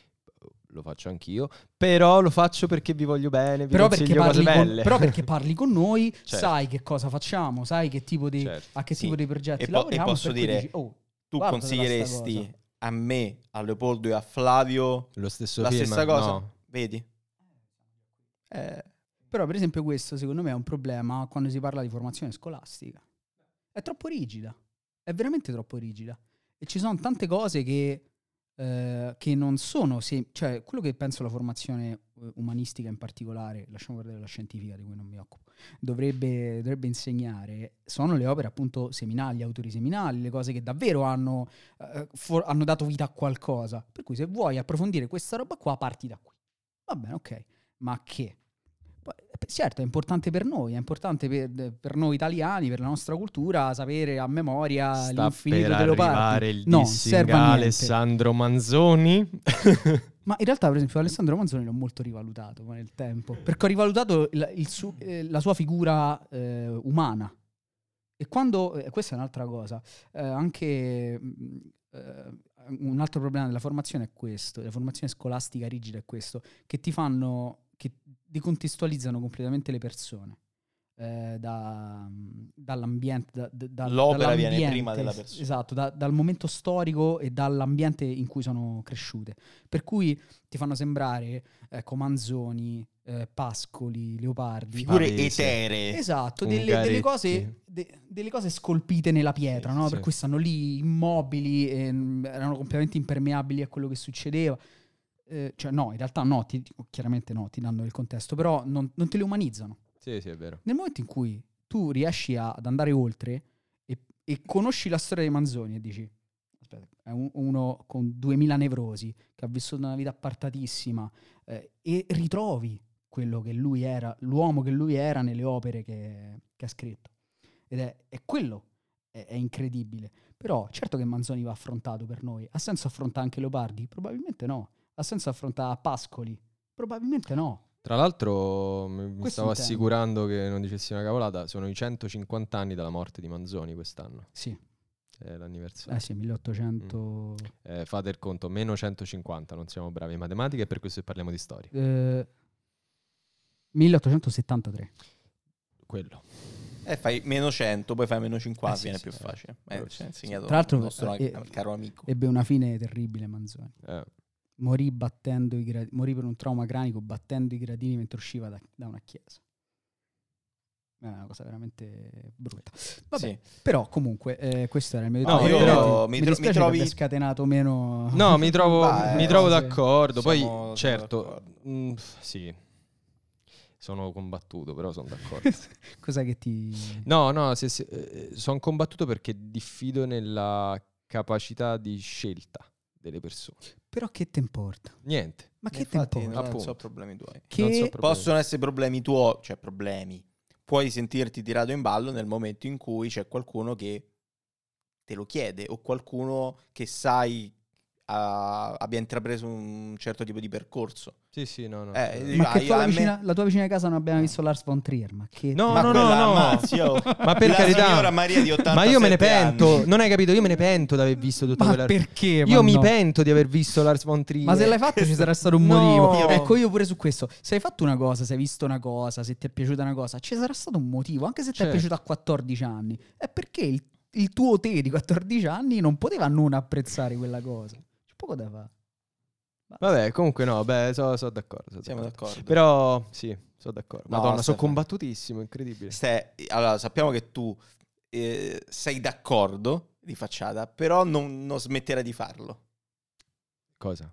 [SPEAKER 2] lo faccio anch'io, però lo faccio perché vi voglio bene, vi
[SPEAKER 3] Però perché,
[SPEAKER 2] consiglio cose
[SPEAKER 3] parli con,
[SPEAKER 2] belle.
[SPEAKER 3] però perché parli con noi,
[SPEAKER 2] Certo.
[SPEAKER 3] sai che cosa facciamo, sai che tipo di,
[SPEAKER 2] Certo.
[SPEAKER 3] a che
[SPEAKER 1] Sì.
[SPEAKER 3] tipo di progetti
[SPEAKER 1] E po- e
[SPEAKER 3] lavoriamo.
[SPEAKER 1] posso
[SPEAKER 3] per cui
[SPEAKER 1] dire,
[SPEAKER 3] dici, "Oh,
[SPEAKER 1] Tu
[SPEAKER 3] guardatela sta
[SPEAKER 1] consiglieresti
[SPEAKER 3] cosa".
[SPEAKER 1] a me, a Leopoldo e a Flavio
[SPEAKER 2] Lo stesso
[SPEAKER 1] la
[SPEAKER 2] film,
[SPEAKER 1] stessa cosa?
[SPEAKER 2] no.
[SPEAKER 1] Vedi? Eh,
[SPEAKER 3] Però, per esempio, questo secondo me è un problema quando si parla di formazione scolastica. È troppo rigida, è veramente troppo rigida. E ci sono tante cose che, eh, che non sono. sem- cioè, quello che penso la formazione eh, eh, umanistica in particolare, lasciamo perdere la scientifica di cui non mi occupo, dovrebbe, dovrebbe insegnare sono le opere appunto seminali, autori seminali, le cose che davvero hanno, eh, for- hanno dato vita a qualcosa. Per cui se vuoi approfondire questa roba qua, parti da qui. Va bene, ok, ma che? Poi, eh, Certo, è importante per noi, è importante per, per noi italiani, per la nostra cultura, sapere a memoria
[SPEAKER 2] Sta
[SPEAKER 3] Ah, l'infinito
[SPEAKER 2] per
[SPEAKER 3] delle parti.
[SPEAKER 2] arrivare il
[SPEAKER 3] no,
[SPEAKER 2] dissing
[SPEAKER 3] serve a niente.
[SPEAKER 2] Alessandro Manzoni.
[SPEAKER 3] Ma in realtà, per esempio, Alessandro Manzoni l'ho molto rivalutato ma nel tempo, perché ho rivalutato il- il su- eh, la sua figura eh, umana. E quando, eh, questa è un'altra cosa, eh, anche mh, eh, un altro problema della formazione è questo, della formazione scolastica rigida è questo, che ti fanno, che decontestualizzano completamente le persone. eh, da- dall'ambiente da- da- da-
[SPEAKER 1] L'opera viene
[SPEAKER 3] dall'ambiente,
[SPEAKER 1] prima della persona.
[SPEAKER 3] esatto da- dal momento storico e dall'ambiente in cui sono cresciute per cui ti fanno sembrare ecco, Manzoni eh, Pascoli Leopardi
[SPEAKER 1] Figure
[SPEAKER 2] Palese.
[SPEAKER 1] eteree.
[SPEAKER 3] Esatto, delle,
[SPEAKER 2] Ungaretti.
[SPEAKER 3] delle cose, de- delle cose scolpite nella pietra,
[SPEAKER 2] Sì,
[SPEAKER 3] no?
[SPEAKER 2] sì.
[SPEAKER 3] per cui stanno lì immobili, e, mm, erano completamente impermeabili a quello che succedeva. Eh, cioè no, in realtà no, ti- chiaramente no, ti danno il contesto, però non, non te le umanizzano.
[SPEAKER 2] sì, sì, è vero.
[SPEAKER 3] Nel momento in cui tu riesci a- ad andare oltre e, e conosci la storia dei Manzoni e dici, aspetta, è un- uno con 2000 nevrosi, che ha vissuto una vita appartatissima, eh, e ritrovi quello che lui era, l'uomo che lui era nelle opere che, che ha scritto. Ed è, è quello, è, è incredibile. Però certo che Manzoni va affrontato per noi. Ha senso affrontare anche Leopardi? Probabilmente no. Ha senso affrontare Pascoli? Probabilmente no.
[SPEAKER 2] Tra l'altro mi- mi
[SPEAKER 3] Questo
[SPEAKER 2] stavo
[SPEAKER 3] intendo.
[SPEAKER 2] assicurando che non dicessi una cavolata, sono i 150 anni dalla morte di Manzoni quest'anno,
[SPEAKER 3] Sì,
[SPEAKER 2] è l'anniversario.
[SPEAKER 3] eh sì, 1800...
[SPEAKER 2] Eh, fate il conto, meno 150, non siamo bravi in matematica e per questo parliamo di storia.
[SPEAKER 3] Eh, 1873.
[SPEAKER 2] Quello.
[SPEAKER 1] Eh, fai meno 100, poi fai meno 50,
[SPEAKER 2] Eh, sì,
[SPEAKER 1] viene
[SPEAKER 2] sì,
[SPEAKER 1] più
[SPEAKER 2] sì.
[SPEAKER 1] facile.
[SPEAKER 2] Eh,
[SPEAKER 1] Eh,
[SPEAKER 2] sì,
[SPEAKER 1] ci ha
[SPEAKER 2] sì.
[SPEAKER 1] insegnato
[SPEAKER 3] Tra l'altro,
[SPEAKER 1] il nostro
[SPEAKER 3] eh,
[SPEAKER 1] caro amico.
[SPEAKER 3] Ebbe una fine terribile Manzoni.
[SPEAKER 2] Eh,
[SPEAKER 3] Morì, battendo i gra- morì per un trauma cranico battendo i gradini mentre usciva da, da una chiesa. È una cosa veramente brutta. Vabbè,
[SPEAKER 1] Sì.
[SPEAKER 3] però comunque eh, questo era il mio
[SPEAKER 1] No,
[SPEAKER 3] ritorno.
[SPEAKER 2] io
[SPEAKER 3] Ovviamente
[SPEAKER 1] mi
[SPEAKER 3] mi,
[SPEAKER 1] tro- mi
[SPEAKER 3] dispiace che
[SPEAKER 1] trovi-
[SPEAKER 3] abbia scatenato meno...
[SPEAKER 2] No, mi trovo,
[SPEAKER 1] Beh,
[SPEAKER 2] mi trovo
[SPEAKER 3] sì.
[SPEAKER 2] d'accordo.
[SPEAKER 1] Siamo- siamo
[SPEAKER 2] Poi, certo,
[SPEAKER 1] d'accordo.
[SPEAKER 2] mm, sì, sono combattuto, però sono d'accordo.
[SPEAKER 3] Cosa che ti...
[SPEAKER 2] no, no, sono combattuto perché diffido nella capacità di scelta delle persone.
[SPEAKER 3] Però che te importa?
[SPEAKER 2] Niente.
[SPEAKER 3] Ma che te
[SPEAKER 1] Infatti,
[SPEAKER 3] importa?
[SPEAKER 1] non
[SPEAKER 2] Appunto.
[SPEAKER 1] so problemi tuoi.
[SPEAKER 3] Che...
[SPEAKER 2] non so proprio- problemi.
[SPEAKER 1] Possono essere problemi tuoi, cioè problemi. Puoi sentirti tirato in ballo nel momento in cui c'è qualcuno che te lo chiede o qualcuno che sai ha- abbia intrapreso un certo tipo di percorso.
[SPEAKER 2] Sì, sì, no, no.
[SPEAKER 1] Eh,
[SPEAKER 2] eh.
[SPEAKER 1] dico,
[SPEAKER 3] Ma
[SPEAKER 1] Ah,
[SPEAKER 3] che
[SPEAKER 1] io-
[SPEAKER 3] tua
[SPEAKER 1] a me-
[SPEAKER 3] vicina- la tua vicina di casa non abbiamo visto Lars von Trier, ma che...
[SPEAKER 2] No,
[SPEAKER 1] Ma
[SPEAKER 2] no,
[SPEAKER 1] quella,
[SPEAKER 2] no, no.
[SPEAKER 1] ammazzi, oh.
[SPEAKER 2] Ma per
[SPEAKER 1] La signora
[SPEAKER 2] carità,
[SPEAKER 1] Maria di 87
[SPEAKER 2] ma io me ne pento.
[SPEAKER 1] anni.
[SPEAKER 2] Non hai capito? Io me ne pento di aver visto tutta
[SPEAKER 3] Ma
[SPEAKER 2] quella.
[SPEAKER 3] perché?
[SPEAKER 2] Io mi
[SPEAKER 3] Madonna?
[SPEAKER 2] pento di aver visto Lars von Trier.
[SPEAKER 3] Ma se l'hai fatto ci sarà stato un
[SPEAKER 2] No.
[SPEAKER 3] motivo. Ecco, io pure su questo. Se hai fatto una cosa, se hai visto una cosa, se ti è piaciuta una cosa, ci sarà stato un motivo, anche se ti è
[SPEAKER 2] Certo.
[SPEAKER 3] piaciuta a 14 anni. È perché il, il tuo te di 14 anni non poteva non apprezzare quella cosa. C'è poco da fare.
[SPEAKER 2] Vabbè, comunque no, beh, sono d'accordo. so
[SPEAKER 1] Siamo d'accordo.
[SPEAKER 2] Però sì, sono d'accordo.
[SPEAKER 1] No,
[SPEAKER 2] Madonna, sono
[SPEAKER 1] Stefano.
[SPEAKER 2] combattutissimo, incredibile.
[SPEAKER 1] Ste- allora, sappiamo che tu eh, sei d'accordo di facciata, però non, non smetterai di farlo.
[SPEAKER 2] Cosa?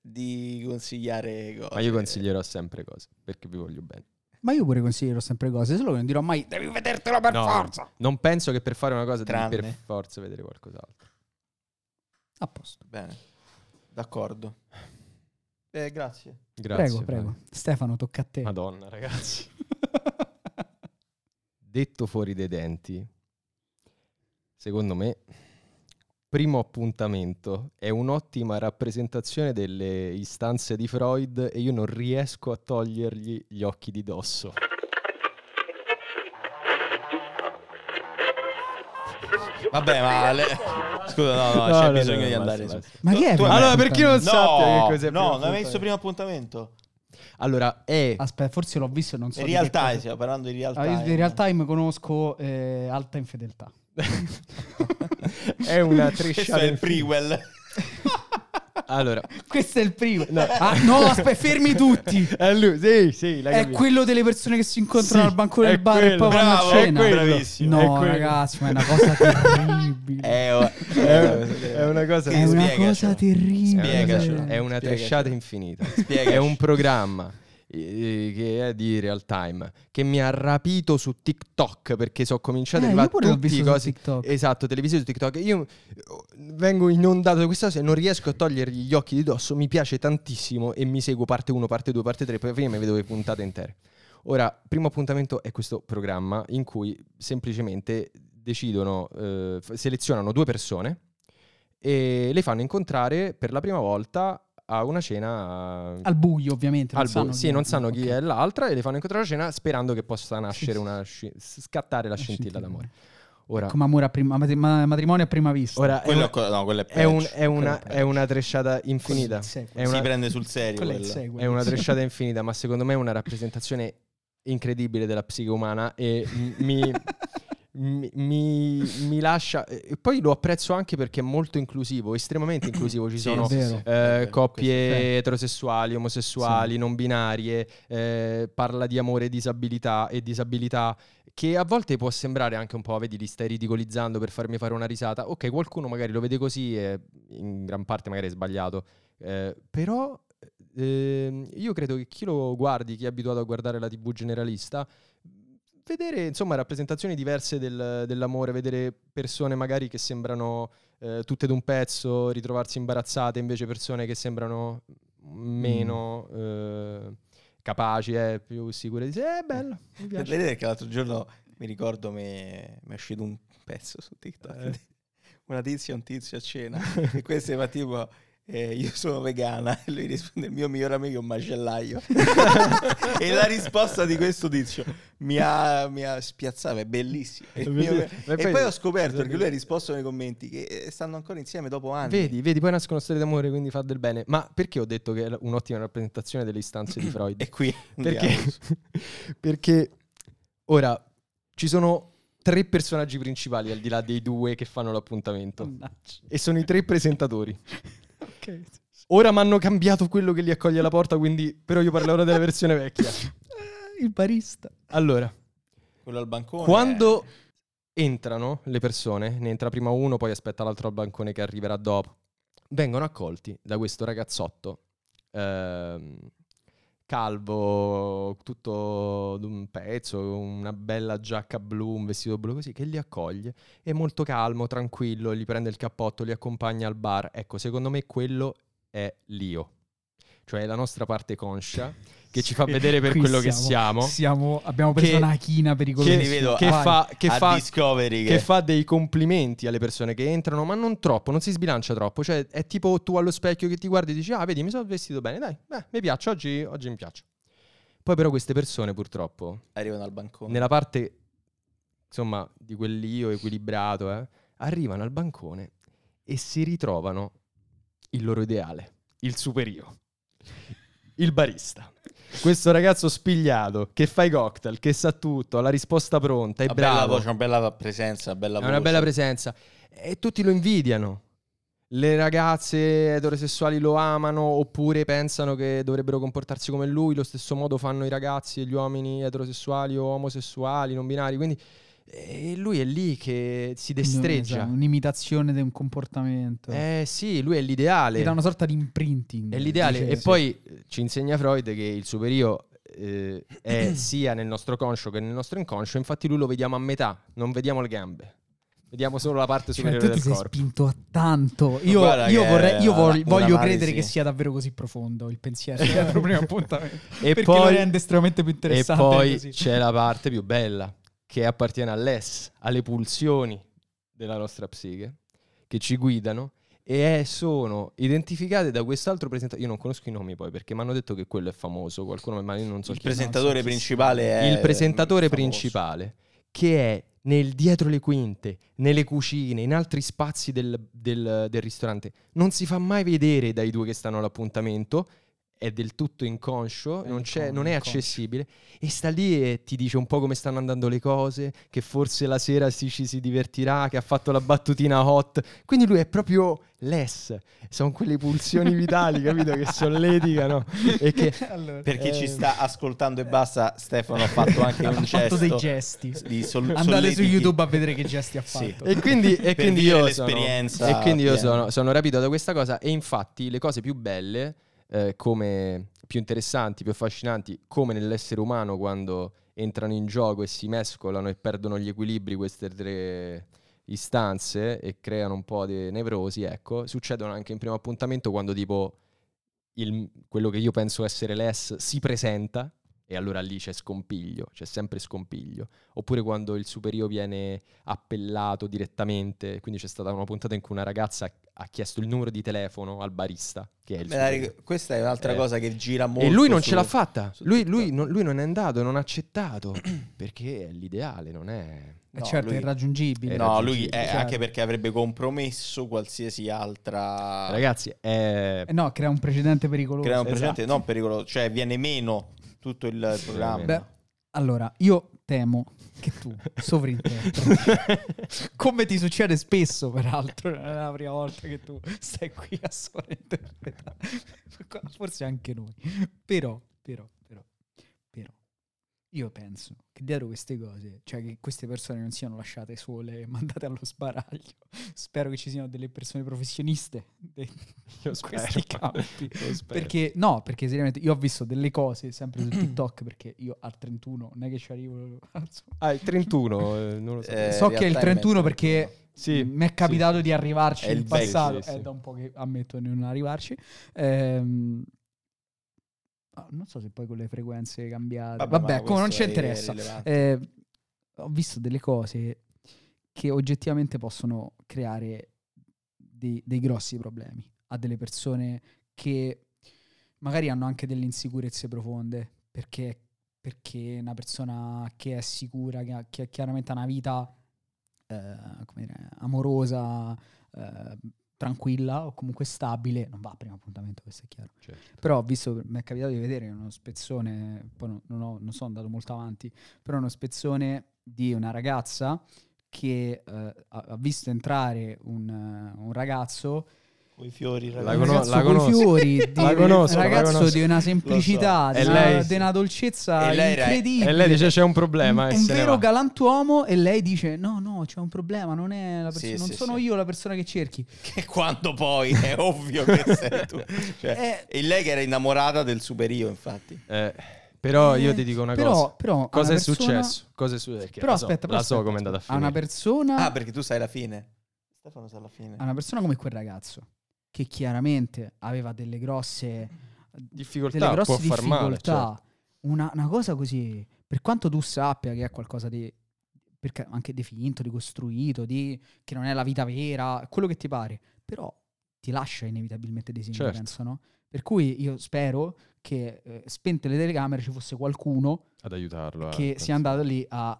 [SPEAKER 1] Di consigliare cose.
[SPEAKER 2] Ma io consiglierò sempre cose, perché vi voglio bene.
[SPEAKER 3] Ma io pure consiglierò sempre cose, solo che non dirò mai devi vedertelo per
[SPEAKER 2] No.
[SPEAKER 3] forza.
[SPEAKER 2] Non penso che per fare una cosa devi per
[SPEAKER 1] Tranne.
[SPEAKER 2] forza vedere qualcos'altro.
[SPEAKER 3] A posto.
[SPEAKER 1] Bene, d'accordo. Eh, grazie.
[SPEAKER 2] Grazie.
[SPEAKER 3] prego,
[SPEAKER 2] Flavio.
[SPEAKER 3] prego. Stefano, tocca a te.
[SPEAKER 2] Madonna, ragazzi. Detto fuori dai denti, secondo me, primo appuntamento è un'ottima rappresentazione delle istanze di Freud e io non riesco a togliergli gli occhi di dosso.
[SPEAKER 1] Vabbè, ma le- scusa, no, no, c'è bisogno di andare su.
[SPEAKER 3] Ma chi è?
[SPEAKER 1] Tu-
[SPEAKER 3] prima
[SPEAKER 2] Allora, per chi non
[SPEAKER 3] appuntamento?
[SPEAKER 1] No,
[SPEAKER 2] sappia che cos'è il primo
[SPEAKER 1] no, non avevi visto
[SPEAKER 2] appuntamento.
[SPEAKER 1] primo appuntamento.
[SPEAKER 2] Allora, è
[SPEAKER 3] Aspetta, forse l'ho visto e non so. di
[SPEAKER 1] real
[SPEAKER 3] che cosa.
[SPEAKER 1] time, stiamo parlando di real
[SPEAKER 3] Ah,
[SPEAKER 1] time.
[SPEAKER 3] io in real time conosco eh, Alta Infedeltà.
[SPEAKER 2] è una
[SPEAKER 1] Questo è
[SPEAKER 2] trisciata
[SPEAKER 1] il prequel.
[SPEAKER 2] Allora,
[SPEAKER 3] Questo è il primo. Ah, no, aspetta, fermi tutti.
[SPEAKER 2] è Eh, lui, sì, sì, l'hai
[SPEAKER 3] È
[SPEAKER 2] capito.
[SPEAKER 3] quello delle persone che si incontrano
[SPEAKER 2] Sì,
[SPEAKER 3] al bancone
[SPEAKER 2] è
[SPEAKER 3] del bar e
[SPEAKER 2] quello.
[SPEAKER 3] poi vanno
[SPEAKER 1] Bravo,
[SPEAKER 3] a
[SPEAKER 1] è
[SPEAKER 3] cena.
[SPEAKER 1] quello.
[SPEAKER 2] Bravissimo, è
[SPEAKER 3] No,
[SPEAKER 2] quello.
[SPEAKER 3] ragazzi, ma è una cosa terribile.
[SPEAKER 1] Eh, oh,
[SPEAKER 2] È, è una cosa...
[SPEAKER 3] È una
[SPEAKER 1] spiegacelo.
[SPEAKER 3] cosa terribile.
[SPEAKER 1] Spiegacelo.
[SPEAKER 2] È una
[SPEAKER 1] Spiegacelo.
[SPEAKER 2] tresciata infinita.
[SPEAKER 1] Spiegaci.
[SPEAKER 2] È un programma eh, che è di real time che mi ha rapito su TikTok perché sono cominciato
[SPEAKER 3] Eh,
[SPEAKER 2] a
[SPEAKER 3] io
[SPEAKER 2] arrivare
[SPEAKER 3] pure l'ho
[SPEAKER 2] tutti i
[SPEAKER 3] visto su
[SPEAKER 2] cosi
[SPEAKER 3] TikTok.
[SPEAKER 2] esatto televisione su TikTok io eh, vengo inondato da questa cosa e non riesco a togliergli gli occhi di dosso mi piace tantissimo e mi seguo parte 1 parte 2 parte 3 poi alla fine mi vedo le puntate intere ora primo appuntamento è questo programma in cui semplicemente decidono eh, f- selezionano due persone e le fanno incontrare per la prima volta a una cena eh,
[SPEAKER 3] Al buio, ovviamente.
[SPEAKER 2] al buio.
[SPEAKER 3] sanno
[SPEAKER 2] sì,
[SPEAKER 3] chi-
[SPEAKER 2] non sanno chi
[SPEAKER 3] ok.
[SPEAKER 2] è l'altra e le fanno incontrare a cena sperando che possa nascere
[SPEAKER 3] sì,
[SPEAKER 2] una sci- scattare la scintilla d'amore. Ora,
[SPEAKER 3] Come amore a prima, matri- ma- matrimonio a prima vista.
[SPEAKER 2] ora è,
[SPEAKER 1] Quello
[SPEAKER 2] un-
[SPEAKER 1] è, co- no, quello è
[SPEAKER 2] è un-
[SPEAKER 1] peggio.
[SPEAKER 2] è una,
[SPEAKER 1] Quello
[SPEAKER 2] è una tresciata infinita.
[SPEAKER 3] Quello è il
[SPEAKER 2] È
[SPEAKER 3] sequel.
[SPEAKER 1] Si
[SPEAKER 2] una,
[SPEAKER 1] prende sul serio
[SPEAKER 3] Quello è il
[SPEAKER 1] quello.
[SPEAKER 3] seguo.
[SPEAKER 2] è una trecciata infinita, ma secondo me è una rappresentazione incredibile della psiche umana e m- mi, mi, mi- mi lascia... E poi lo apprezzo anche perché è molto inclusivo, estremamente inclusivo. Ci
[SPEAKER 1] Sì,
[SPEAKER 2] sono
[SPEAKER 1] sì,
[SPEAKER 3] vero.
[SPEAKER 1] sì.
[SPEAKER 2] Eh,
[SPEAKER 1] Vero,
[SPEAKER 2] coppie
[SPEAKER 1] questo.
[SPEAKER 3] sì.
[SPEAKER 2] eterosessuali, omosessuali, non binarie, eh, parla di amore e disabilità e disabilità che a volte può sembrare anche un po', vedi, li stai ridicolizzando per farmi fare una risata. Ok, qualcuno magari lo vede così e in gran parte magari è sbagliato, eh, però ehm, io credo che chi lo guardi, chi è abituato a guardare la TV generalista, vedere insomma rappresentazioni diverse del- dell'amore, vedere persone magari che sembrano eh, tutte d'un pezzo, ritrovarsi imbarazzate, invece persone che sembrano meno eh, capaci, eh, più sicure di sé. Eh, bello, mi
[SPEAKER 1] Per
[SPEAKER 2] piace.
[SPEAKER 1] vedere che l'altro giorno mi ricordo mi mi è uscito un pezzo su TikTok.
[SPEAKER 2] Eh.
[SPEAKER 1] Una tizia e un tizio a cena. e questo fa tipo. eh, io sono vegana e lui risponde il mio miglior amico è un macellaio e la risposta di questo tizio mi ha, mi ha spiazzato è bellissima Il mio-
[SPEAKER 2] Vedi?
[SPEAKER 1] e poi, ho scoperto perché lui ha
[SPEAKER 2] vedi-
[SPEAKER 1] risposto nei commenti che eh, stanno ancora insieme dopo anni
[SPEAKER 2] Vedi, vedi, poi nascono storie d'amore, quindi fa del bene. Ma perché ho detto che è la- un'ottima rappresentazione delle istanze di Freud?
[SPEAKER 1] e qui andiamo.
[SPEAKER 2] perché, perché ora ci sono tre personaggi principali al di là dei due che fanno l'appuntamento.
[SPEAKER 3] Mannaggia.
[SPEAKER 2] E sono i tre presentatori.
[SPEAKER 3] Ok.
[SPEAKER 2] Ora mi hanno cambiato quello che li accoglie alla porta, quindi però io parlerò della versione vecchia.
[SPEAKER 3] Eh, Il barista.
[SPEAKER 2] Allora,
[SPEAKER 1] quello al bancone
[SPEAKER 2] quando entrano le persone, ne entra prima uno, poi aspetta l'altro al bancone che arriverà dopo, vengono accolti da questo ragazzotto ehm, calvo, tutto d'un pezzo, una bella giacca blu, un vestito blu così, che li accoglie, è molto calmo, tranquillo, gli prende il cappotto, li accompagna al bar. Ecco, secondo me quello è l'io. Cioè la nostra parte conscia che ci fa vedere per
[SPEAKER 3] Qui
[SPEAKER 2] quello che siamo.
[SPEAKER 3] siamo- Abbiamo preso
[SPEAKER 2] Che-
[SPEAKER 3] una china pericolosa.
[SPEAKER 1] li vedo
[SPEAKER 2] che
[SPEAKER 1] Vai.
[SPEAKER 2] fa, che
[SPEAKER 1] a
[SPEAKER 2] fa-
[SPEAKER 1] Discovery
[SPEAKER 2] che fa dei complimenti alle persone che entrano, ma non troppo, non si sbilancia troppo. Cioè, è tipo tu allo specchio che ti guardi e dici: Ah, vedi, mi sono vestito bene, dai, beh, mi piaccio, oggi, oggi mi piaccio. Poi, però, queste persone, purtroppo,
[SPEAKER 1] arrivano al bancone
[SPEAKER 2] nella parte insomma di quell'io equilibrato, eh, arrivano al bancone e si ritrovano il loro ideale, il superio, il barista. Questo ragazzo spigliato che fa i cocktail, che sa tutto, ha la risposta pronta, è
[SPEAKER 1] Una bella
[SPEAKER 2] bravo.
[SPEAKER 1] voce, una bella presenza, una bella
[SPEAKER 2] È una
[SPEAKER 1] voce.
[SPEAKER 2] bella presenza. E tutti lo invidiano. Le ragazze eterosessuali lo amano oppure pensano che dovrebbero comportarsi come lui. Lo stesso modo fanno i ragazzi e gli uomini eterosessuali o omosessuali, non binari. Quindi e lui è lì che si
[SPEAKER 3] Esatto,
[SPEAKER 2] destreggia.
[SPEAKER 3] Un'imitazione di un comportamento.
[SPEAKER 2] Eh sì, lui è
[SPEAKER 3] Ti
[SPEAKER 2] l'ideale.
[SPEAKER 3] dà una sorta di imprinting.
[SPEAKER 2] È l'ideale.
[SPEAKER 3] Dice- cioè,
[SPEAKER 2] E
[SPEAKER 3] sì.
[SPEAKER 2] poi eh, ci insegna Freud che il superio eh, è sia nel nostro conscio che nel nostro inconscio. Infatti, lui lo vediamo a metà, non vediamo le gambe. Vediamo solo la parte
[SPEAKER 3] Cioè,
[SPEAKER 2] superiore
[SPEAKER 3] tu ti
[SPEAKER 2] del
[SPEAKER 3] sei
[SPEAKER 2] corpo.
[SPEAKER 3] spinto a tanto. Io,
[SPEAKER 1] Guarda
[SPEAKER 3] io
[SPEAKER 1] che
[SPEAKER 3] vorrei, io
[SPEAKER 1] è
[SPEAKER 3] vol-
[SPEAKER 1] una-
[SPEAKER 3] voglio
[SPEAKER 1] un'analisi.
[SPEAKER 3] credere che sia davvero così profondo il pensiero. È il primo appuntamento.
[SPEAKER 2] E
[SPEAKER 3] perché lo
[SPEAKER 2] poi-
[SPEAKER 3] rende estremamente più
[SPEAKER 2] E
[SPEAKER 3] interessante.
[SPEAKER 2] poi
[SPEAKER 3] così.
[SPEAKER 2] c'è la parte più bella che appartiene all'ess, alle pulsioni della nostra psiche che ci guidano e è- sono identificate da quest'altro presentatore. Io non conosco i nomi poi perché mi hanno detto che quello è famoso, qualcuno ma io non so
[SPEAKER 1] il
[SPEAKER 2] chi è.
[SPEAKER 1] presentatore
[SPEAKER 3] so chi
[SPEAKER 1] principale è
[SPEAKER 3] Eh,
[SPEAKER 2] il presentatore
[SPEAKER 1] famoso.
[SPEAKER 2] principale che è nel dietro le quinte, nelle cucine, in altri spazi del, del- del ristorante, non si fa mai vedere dai due che stanno all'appuntamento. è del tutto inconscio,
[SPEAKER 3] È
[SPEAKER 2] non, c'è-
[SPEAKER 3] incon-
[SPEAKER 2] non è
[SPEAKER 3] inconscio.
[SPEAKER 2] accessibile e sta lì e ti dice un po' come stanno andando le cose, che forse la sera si, ci si divertirà, che ha fatto la battutina hot, quindi lui è proprio less, sono quelle pulsioni vitali, capito, che solleticano e che
[SPEAKER 3] Allora,
[SPEAKER 1] Per chi
[SPEAKER 2] Eh.
[SPEAKER 1] ci sta ascoltando e basta, Stefano ha fatto anche
[SPEAKER 3] ha
[SPEAKER 1] un
[SPEAKER 3] fatto
[SPEAKER 1] gesto.
[SPEAKER 3] dei gesti.
[SPEAKER 1] di sol-
[SPEAKER 3] Andate su
[SPEAKER 1] solletichi.
[SPEAKER 3] YouTube a vedere che gesti ha fatto.
[SPEAKER 1] Sì.
[SPEAKER 2] E quindi, e
[SPEAKER 1] Certo. Per
[SPEAKER 2] quindi
[SPEAKER 1] vivere
[SPEAKER 2] io, sono,
[SPEAKER 1] l'esperienza
[SPEAKER 2] e quindi io
[SPEAKER 1] piena.
[SPEAKER 2] sono, sono rapito da questa cosa e infatti le cose più belle, eh, come più interessanti, più affascinanti, come nell'essere umano quando entrano in gioco e si mescolano e perdono gli equilibri queste tre istanze e creano un po' di nevrosi, ecco, succedono anche in primo appuntamento quando tipo il- quello che io penso essere l'ess si presenta e allora lì c'è scompiglio, c'è sempre scompiglio. Oppure quando il superio viene appellato direttamente, quindi c'è stata una puntata in cui una ragazza ha- ha chiesto il numero di telefono al barista, che è il
[SPEAKER 1] Me la
[SPEAKER 2] superio.
[SPEAKER 1] ric- questa è un'altra
[SPEAKER 2] Eh.
[SPEAKER 1] cosa che gira molto.
[SPEAKER 2] E lui non
[SPEAKER 1] su-
[SPEAKER 2] ce l'ha fatta,
[SPEAKER 1] su
[SPEAKER 2] lui,
[SPEAKER 1] TikTok.
[SPEAKER 2] lui non, lui non è andato, non ha accettato, perché è l'ideale, non è...
[SPEAKER 3] Eh,
[SPEAKER 1] No,
[SPEAKER 3] certo,
[SPEAKER 1] lui- eh,
[SPEAKER 3] è irraggiungibile.
[SPEAKER 2] Era
[SPEAKER 1] No, lui
[SPEAKER 2] irraggiungibile,
[SPEAKER 1] è
[SPEAKER 3] chiaro.
[SPEAKER 1] anche perché avrebbe compromesso qualsiasi altra.
[SPEAKER 2] Ragazzi, è...
[SPEAKER 3] Eh no, crea un precedente pericoloso.
[SPEAKER 1] crea un
[SPEAKER 2] Esatto.
[SPEAKER 1] precedente non pericoloso, cioè viene meno tutto il programma.
[SPEAKER 2] meno.
[SPEAKER 3] Beh, allora, io temo che tu sovrinterpreti. Come ti succede spesso, peraltro, non è la prima volta che tu stai qui a sovrainterpretare. Forse anche noi. Però, però, però, però, io penso che dietro queste cose, cioè che queste persone non siano lasciate sole e mandate allo sbaraglio. Spero che ci siano delle persone professioniste de-
[SPEAKER 2] Io
[SPEAKER 3] in
[SPEAKER 2] spero.
[SPEAKER 3] questi campi.
[SPEAKER 2] Lo spero.
[SPEAKER 3] Perché no, perché seriamente io ho visto delle cose sempre su TikTok perché io al 31 non è che ci arrivo.
[SPEAKER 2] Ah, il 31, eh, non lo so.
[SPEAKER 1] Eh, in
[SPEAKER 3] so che è il
[SPEAKER 1] realtà è
[SPEAKER 3] 31
[SPEAKER 1] mezzo
[SPEAKER 3] perché
[SPEAKER 2] sì,
[SPEAKER 3] Mm, mi è capitato di arrivarci
[SPEAKER 1] È
[SPEAKER 3] nel
[SPEAKER 1] il vecchio,
[SPEAKER 3] passato.
[SPEAKER 2] sì, sì.
[SPEAKER 3] È da un po' che ammetto di non arrivarci. Ehm, ah, non so se poi con le frequenze cambiate. Vabbè,
[SPEAKER 1] ma
[SPEAKER 3] come non ci
[SPEAKER 1] questo è
[SPEAKER 3] interessa.
[SPEAKER 1] irrilevante.
[SPEAKER 3] Eh, ho visto delle cose che oggettivamente possono creare dei, dei grossi problemi a delle persone che magari hanno anche delle insicurezze profonde perché, perché una persona che è sicura, che, ha- che ha chiaramente ha una vita eh, come dire, amorosa, eh, tranquilla o comunque stabile, non va a primo appuntamento, questo è chiaro.
[SPEAKER 2] Cioè.
[SPEAKER 3] Però ho visto, mi è capitato di vedere uno spezzone, poi non, non ho- non sono andato molto avanti, però uno spezzone di una ragazza che eh, ha ha visto entrare un, eh, un ragazzo,
[SPEAKER 1] Con i fiori,
[SPEAKER 2] La
[SPEAKER 3] un
[SPEAKER 1] ragazzi.
[SPEAKER 2] cono-
[SPEAKER 3] ragazzo
[SPEAKER 2] la
[SPEAKER 3] coi
[SPEAKER 2] conosco.
[SPEAKER 3] fiori, di,
[SPEAKER 2] La conosco,
[SPEAKER 3] un
[SPEAKER 2] la
[SPEAKER 3] ragazzo
[SPEAKER 2] conosco.
[SPEAKER 3] di una semplicità,
[SPEAKER 1] Lo so.
[SPEAKER 3] di
[SPEAKER 2] E
[SPEAKER 3] una,
[SPEAKER 2] lei-
[SPEAKER 3] di una dolcezza
[SPEAKER 1] E lei era-
[SPEAKER 3] incredibile.
[SPEAKER 2] E lei dice c'è un problema.
[SPEAKER 3] un,
[SPEAKER 2] e
[SPEAKER 3] un
[SPEAKER 2] se ne
[SPEAKER 3] vero
[SPEAKER 2] va.
[SPEAKER 3] galantuomo e lei dice no no c'è un problema non, è la
[SPEAKER 1] Sì,
[SPEAKER 3] persona- non
[SPEAKER 1] sì,
[SPEAKER 3] sono
[SPEAKER 1] sì.
[SPEAKER 3] io la persona che cerchi
[SPEAKER 1] Che quando poi è ovvio che sei tu. Cioè,
[SPEAKER 3] Eh.
[SPEAKER 1] E lei che era innamorata del superio, infatti.
[SPEAKER 2] Eh, però io
[SPEAKER 3] Eh,
[SPEAKER 2] ti dico una
[SPEAKER 3] però-
[SPEAKER 2] cosa.
[SPEAKER 3] però a
[SPEAKER 2] cosa è
[SPEAKER 3] una persona-
[SPEAKER 2] successo? Cosa è successo? Perché
[SPEAKER 3] però
[SPEAKER 2] la so,
[SPEAKER 3] aspetta però
[SPEAKER 2] la so
[SPEAKER 3] aspetta,
[SPEAKER 2] come è andata a
[SPEAKER 3] a
[SPEAKER 2] finire.
[SPEAKER 3] una persona
[SPEAKER 1] Ah, perché tu sai la fine. Ah, Stefano sa la fine.
[SPEAKER 3] a una persona come quel ragazzo che chiaramente aveva delle grosse
[SPEAKER 2] difficoltà
[SPEAKER 3] delle grosse
[SPEAKER 2] può far male.
[SPEAKER 3] difficoltà
[SPEAKER 2] certo.
[SPEAKER 3] una, una cosa così per quanto tu sappia che è qualcosa di perché anche di finto di costruito di che non è la vita vera quello che ti pare però ti lascia inevitabilmente dei segni
[SPEAKER 2] Certo.
[SPEAKER 3] penso no? per cui io spero che eh, spente le telecamere ci fosse qualcuno
[SPEAKER 2] Ad aiutarlo. eh,
[SPEAKER 3] che sia andato lì a